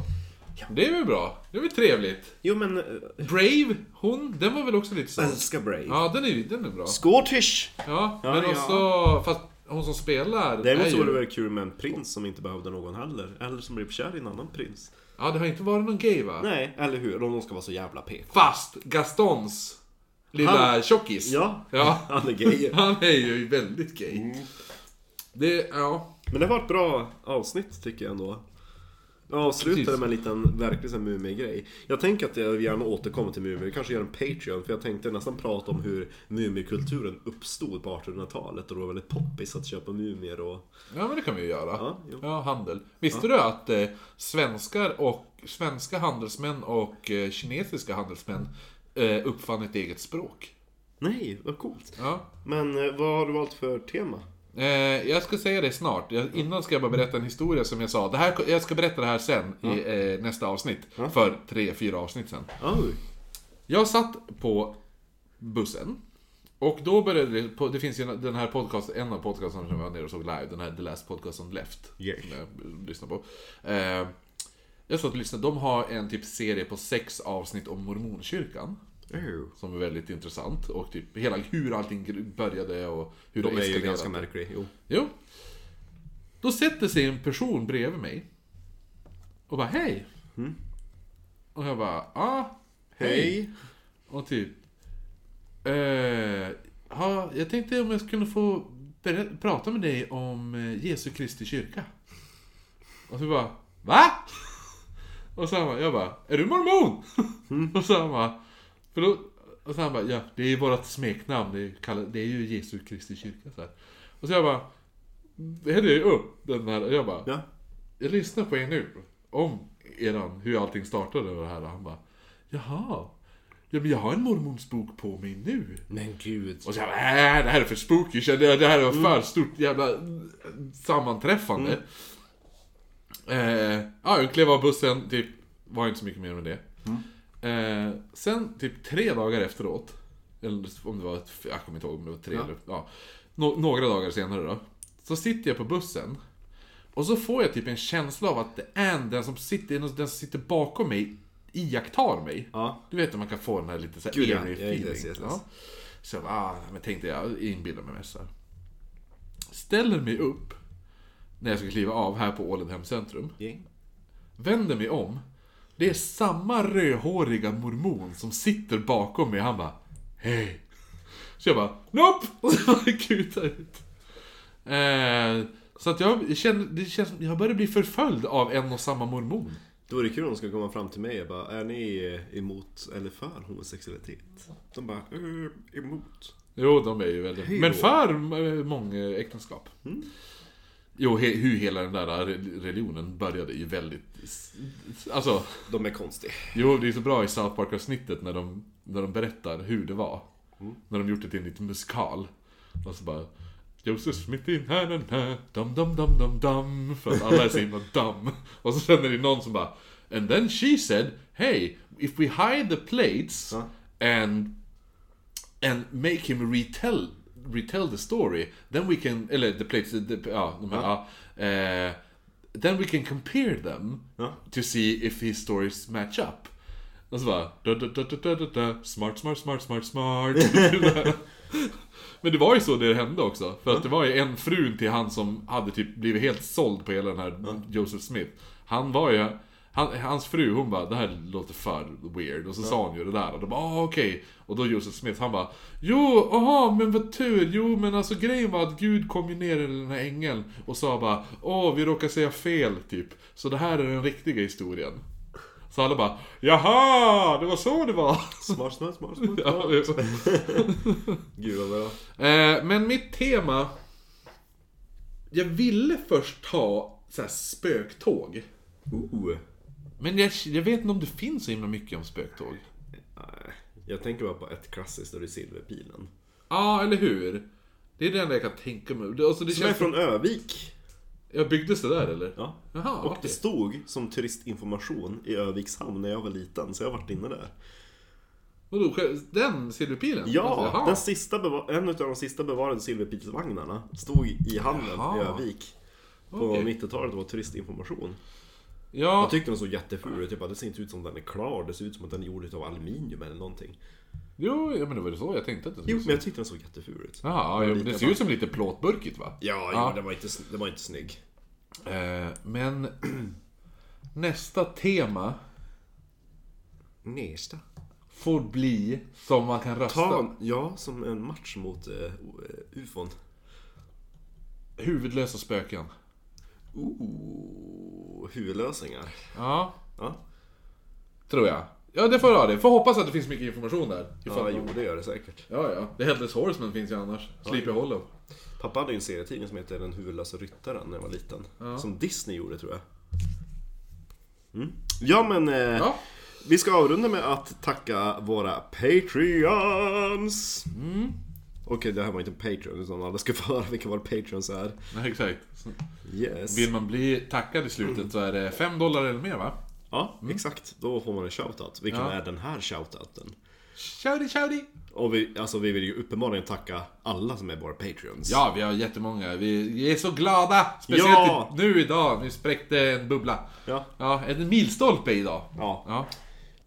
S1: Det är väl bra. Det är väl trevligt.
S2: Jo men, eh,
S1: Brave, hon, den var väl också lite sån.
S2: älskar Brave.
S1: Ja, den är, den är bra.
S2: Scottish!
S1: Ja, men
S2: ja.
S1: också... Fast hon som spelar
S2: Däremot
S1: är
S2: så
S1: ju...
S2: vore det väl kul med en prins som inte behövde någon heller. Eller som blev kär i en annan prins.
S1: Ja, det har inte varit någon gay va?
S2: Nej, eller hur? Om de ska vara så jävla PK.
S1: Fast Gastons lilla
S2: Han-
S1: tjockis.
S2: Ja.
S1: ja.
S2: Han är gay. Mm.
S1: Han är ju väldigt gay. Det, ja.
S2: Men det var ett bra avsnitt tycker jag ändå. Jag avslutar
S1: Precis.
S2: med en liten verklig sån här mumiegrej. Jag tänker att jag gärna återkommer till mumier, Vi kanske gör en Patreon. För jag tänkte nästan prata om hur mumiekulturen uppstod på 1800-talet. Och det var väldigt poppis att köpa mumier och...
S1: Ja men det kan vi ju göra.
S2: Ja, jo.
S1: Ja, handel. Visste du att eh, svenskar och, svenska handelsmän och eh, kinesiska handelsmän eh, uppfann ett eget språk?
S2: Nej, vad coolt.
S1: Ja.
S2: Men eh, vad har du valt för tema?
S1: Eh, jag ska säga det snart. Jag, innan ska jag bara berätta en historia som jag sa. Det här, jag ska berätta det här sen i eh, nästa avsnitt. För tre, fyra avsnitt sen.
S2: Oj.
S1: Jag satt på bussen. Och då började det, på, det finns ju den här podcasten, en av podcasterna som jag var nere och såg live, den här The Last Podcast on Left.
S2: Yes.
S1: Som jag lyssnar på. Eh, jag satt och lyssnade, de har en typ serie på sex avsnitt om mormonkyrkan.
S2: Oh.
S1: Som är väldigt intressant och typ hela hur allting gr- började och hur det
S2: De är ju
S1: eskalerade.
S2: ganska märkliga. Jo.
S1: Jo. Då sätter sig en person bredvid mig. Och bara hej. Och jag bara ah, hej.
S2: Hej.
S1: Och typ. Eh, ja, jag tänkte om jag skulle få ber- prata med dig om eh, Jesu Kristi kyrka. Och så bara va? Och så han bara, jag bara, är du mormon? Och så han bara, för då, och så han bara, ja det är ju vårat smeknamn, det är, ju kallat, det är ju Jesu Kristi kyrka så här. Och så jag bara, det häller ju upp den här, och jag bara,
S2: Ja.
S1: jag lyssnar på er nu, om eran, hur allting startade och det här. Och han bara, jaha, ja men jag har en mormonsbok på mig nu.
S2: Men gud.
S1: Och så jag bara, äh, det här är för spooky, kände jag. Det här var för stort jävla sammanträffande. Eh, ja, jag klev av bussen, typ, var inte så mycket mer med det. Eh, sen typ tre dagar efteråt, eller om det var, jag kommer inte ihåg om det var tre
S2: Ja.
S1: eller, ja. Nå- några dagar senare då. Så sitter jag på bussen. Och så får jag typ en känsla av att det är den som sitter, den som sitter bakom mig iakttar mig.
S2: Ja.
S1: Du vet när man kan få den här lite så här
S2: Gud, ja.
S1: eerie
S2: Ja,
S1: feeling.
S2: yes, yes,
S1: ja.
S2: yes.
S1: Så jag bara, ah, men tänkte jag, inbillar mig mest så här. Ställer mig upp när jag ska kliva av här på Ålidhem centrum. Vänder mig om. Det är samma rödhåriga mormon som sitter bakom mig. Han bara, hej. Så jag bara, nope! Och så bara kutar ut. Eh, så att jag känner, det känns som, jag börjar bli förföljd av en och samma mormon.
S2: Då vore det kul om de skulle komma fram till mig och bara Är ni eh, emot eller för homosexualitet? De bara eh, emot.
S1: Jo, de är ju väldigt...
S2: Hej
S1: Men
S2: då. Mm.
S1: för eh, många äktenskap. Jo, he, hur hela den där re- religionen började är ju väldigt... s- s- Alltså,
S2: De är konstiga.
S1: jo, det är så bra i South Park-avsnittet när de, när de berättar hur det var.
S2: Mm.
S1: När de gjort det till en liten musikal. Och så bara... Josef Smith in här, den här, dam, dam, dam, dam, dam. För att alla är så himla dam. Och så sen är det någon som bara... And then she said, hey, if we hide the plates
S2: Ja.
S1: and and make him retell retell the story then we can eller the plates the, ja, de här, ja. eh, then we can compare them
S2: Ja.
S1: to see if his stories match up och så bara da, da, da, da, da, da, da, smart smart smart smart smart Men det var ju så det hände också. För att det var ju en frun till han som hade typ blivit helt såld på hela den här Joseph Smith. Han var ju... Han, hans fru hon bara, det här låter för weird. Och så sa hon ju det där och då bara, ah, okej. Och då Joseph Smith, han bara, jo, aha, men vad tur. Jo, men alltså grejen var att Gud kom ju ner i den här ängeln och sa bara, åh, vi råkar säga fel, typ. Så det här är den riktiga historien. Så alla bara, jaha, det var så det var.
S2: Smart, smart, smart, smart.
S1: Ja, det är så.
S2: Gud vad bra.
S1: Eh, men mitt tema... Jag ville först ta så här, spöktåg.
S2: Ooh.
S1: Men jag, jag vet inte om det finns så himla mycket om spöktåg. Ja,
S2: Nej, Jag tänker bara på ett klassiskt och det är Silverpilen.
S1: eller hur? Det är det enda jag kan tänka mig. Det, alltså, det
S2: Som är
S1: känns...
S2: från Övik.
S1: Jag byggdes det där eller?
S2: Ja.
S1: Jaha,
S2: Och det
S1: okej.
S2: stod som turistinformation i Öviks hamn när jag var liten, så jag har varit inne där.
S1: Vadå, själv- den silverpilen? Alltså,
S2: Ja,
S1: Jaha.
S2: den sista beva- en av de sista bevarade silverpilsvagnarna stod i hamnen
S1: Jaha.
S2: i Övik. På
S1: Okej.
S2: 90-talet var turistinformation.
S1: Ja,
S2: Jag tyckte den såg jätteful ut, jag bara det ser inte ut som den är klar, det ser ut som att den är gjord av aluminium eller någonting.
S1: jo, ja, men det var det så jag tänkte att det
S2: Jo,
S1: skulle
S2: men jag tyckte den såg jätteful ut. Ja,
S1: Jaha, ja, men det
S2: lite
S1: ser ju ut som lite plåtburkigt va?
S2: jo,
S1: Ja.
S2: Den, var inte, sn- den var inte snygg.
S1: Eh, men... Nästa tema
S2: Nästa.
S1: får bli som man kan rösta.
S2: Ta, ja, som en match mot uh, ufon.
S1: Huvudlösa spöken.
S2: Ooh, huvudlösningar.
S1: Ja,
S2: Ja,
S1: tror jag. Ja, det får jag ha det. Får hoppas att det finns mycket information där.
S2: ja
S1: Ifall-
S2: jo, det gör det säkert.
S1: ja, ja. The Headless Horseman finns ju annars. Sleepy Hollow.
S2: Pappa hade ju en serietidning som hette Den huvudlösa ryttaren när jag var liten. Som Disney gjorde tror jag. Mm. Ja men, eh,
S1: Ja. Mm.
S2: vi ska avrunda med att tacka våra Patreons. Okej, det här var inte en Patreon utan alla ska få höra vilka våra Patreons är.
S1: Nej, exakt. Så
S2: Yes.
S1: Vill man bli tackad i slutet så är det 5 dollar eller mer va?
S2: Ja, exakt. Då får man en shoutout. Vilken
S1: Mm. Ja.
S2: är den här shoutouten?
S1: Shouty shouty!
S2: Och vi, alltså, vi vill ju uppenbarligen tacka alla som är våra Patreons.
S1: Ja, vi har jättemånga. Vi vi är så glada! Speciellt
S2: Ja!
S1: i- nu idag. Vi spräckte en bubbla.
S2: Ja.
S1: Ja, en milstolpe idag.
S2: ja.
S1: Ja.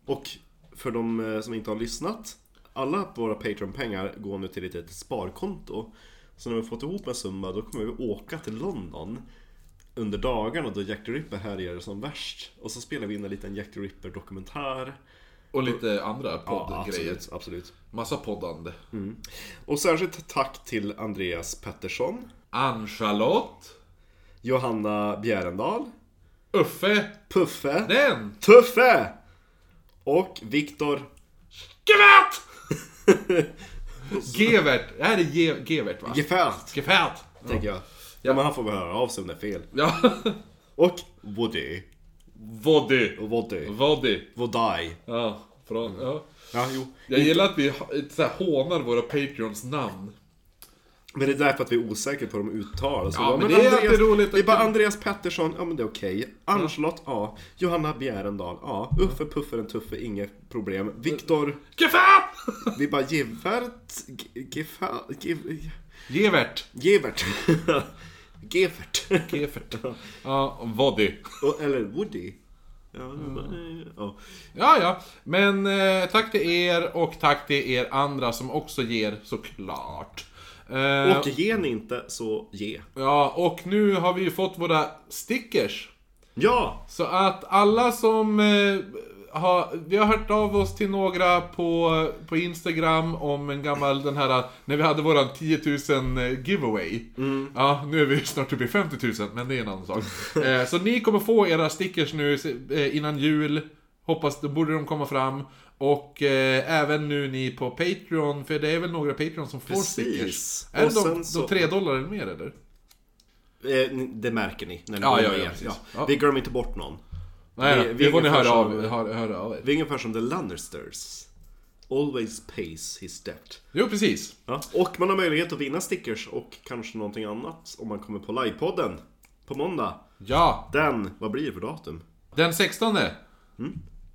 S2: Och för de eh, som inte har lyssnat. Alla våra Patreon-pengar går nu till ett litet sparkonto. Så när vi har fått ihop en summa då kommer vi åka till London under dagarna då Jack the Ripper härjar som värst. Och så spelar vi in en liten Jack the Ripper-dokumentär.
S1: Och lite andra poddgrejer.
S2: absolut, absolut.
S1: Massa poddande.
S2: Och särskilt tack till Andreas Pettersson,
S1: Ann-Charlotte.
S2: Johanna Bjärendal,
S1: Uffe.
S2: Puffe,
S1: Den.
S2: Tuffe! Och Viktor
S1: Gevert! Gevert. Det här är Ge- Gevert va?
S2: Gefärt,
S1: Gevert.
S2: tänker jag. Ja, men han får väl höra av sig om det är fel.
S1: Ja.
S2: Och Woody.
S1: Voddy.
S2: Och Mm. Woody.
S1: Voddy.
S2: Woody.
S1: Ja. Från, ja.
S2: Ja, jo.
S1: Jag gillar att vi ha- så här, hånar våra Patreons namn.
S2: Men det är därför att vi är osäkra på hur de uttalas.
S1: Ja, men det är alltid roligt att-
S2: Det är bara Andreas Pettersson, ja men det är okej. Ann-Charlotte, ja. Johanna Bjärendal, ja. Uffe Pufferen Tuffe, inget problem. Viktor,
S1: Gevert!
S2: vi bara Givert,
S1: Gevert.
S2: Givert, Givert. Givert.
S1: Gevert. Ja, Voddy.
S2: Och- Eller Woody. Ja, eh, ja.
S1: Ja, ja. Men eh, tack till er och tack till er andra som också ger såklart. Eh,
S2: Och ger ni inte så ge.
S1: Ja, och nu har vi ju fått våra stickers.
S2: Ja!
S1: Så att alla som eh, har, vi har hört av oss till några på, på Instagram om en gammal, den här, när vi hade våran 10 000 eh, giveaway.
S2: Mm.
S1: Ja, nu är vi snart uppe i 50 000, men det är en annan sak. Eh, så ni kommer få era stickers nu eh, innan jul. Hoppas, då borde de komma fram. Och eh, även nu ni på Patreon, för det är väl några Patreon som får
S2: Precis.
S1: stickers.
S2: Och
S1: Är det
S2: sen
S1: de,
S2: så-
S1: de 3 dollar eller mer eller?
S2: Eh, ni- Det märker ni när ni
S1: Ja,
S2: går
S1: ja,
S2: med
S1: ja,
S2: er.
S1: precis. Ja.
S2: Vi glömmer inte bort någon.
S1: Nej,
S2: Vi-
S1: vi,
S2: vi
S1: det får
S2: är
S1: ni höra
S2: första-
S1: av, höra, höra av er.
S2: Vi är ungefär som The Lannisters. Always pays his debt.
S1: Jo, precis.
S2: Ja. Och man har möjlighet att vinna stickers och kanske någonting annat om man kommer på livepodden på måndag.
S1: Ja,
S2: Den, vad blir det för datum?
S1: den 16. Mm.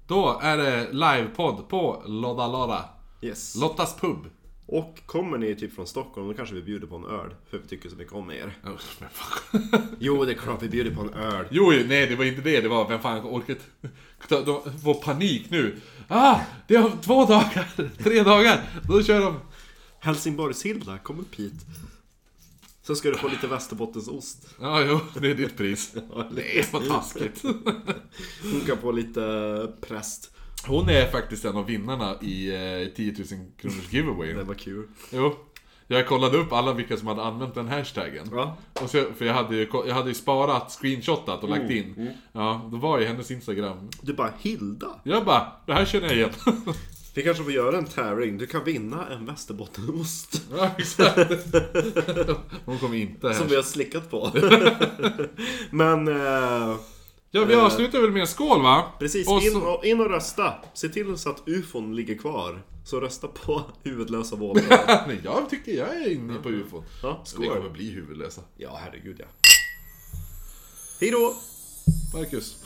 S1: Då är det livepodd på Lodda Lada.
S2: Yes.
S1: Lottas pub.
S2: Och kommer ni typ från Stockholm då kanske vi bjuder på en öl. För vi tycker så mycket om er.
S1: Oh, men fan.
S2: Jo, det är klart vi bjuder på en öl.
S1: Jo, jo, nej det var inte det. Det var vem fan orkar... ta- De får panik nu. Ah, det är om två dagar, tre dagar. Då kör de.
S2: Helsingborgshilda, kom upp hit. Så ska du få lite västerbottensost.
S1: Ja, jo, det är ditt pris. Det är vad taskigt.
S2: Hon kan få lite präst.
S1: Hon är faktiskt en av vinnarna i eh, 10 000 kronors giveaway.
S2: Det var kul.
S1: Jo. Jag kollade upp alla vilka som hade använt den hashtaggen.
S2: Ja.
S1: Och så, för jag hade, ju, jag hade ju sparat, screenshotat och
S2: Mm,
S1: lagt in. Ja, då var ju hennes Instagram.
S2: Du bara, Hilda?
S1: Jag bara, det här känner jag igen.
S2: Vi kanske får göra en tävling. Du kan vinna en västerbottenost.
S1: ja, exakt. Hon kommer inte
S2: Som
S1: här.
S2: vi har slickat på. Men eh,
S1: Ja, vi avslutar väl med en skål va?
S2: precis,
S1: Och
S2: in
S1: så,
S2: och, in och rösta. Se till så att ufon ligger kvar. Så rösta på huvudlösa våldare.
S1: Nej, jag tycker jag är inne på ufon.
S2: Ja,
S1: Vi
S2: skål.
S1: kommer bli huvudlösa.
S2: Ja, herregud ja. Hej då!
S1: Marcus.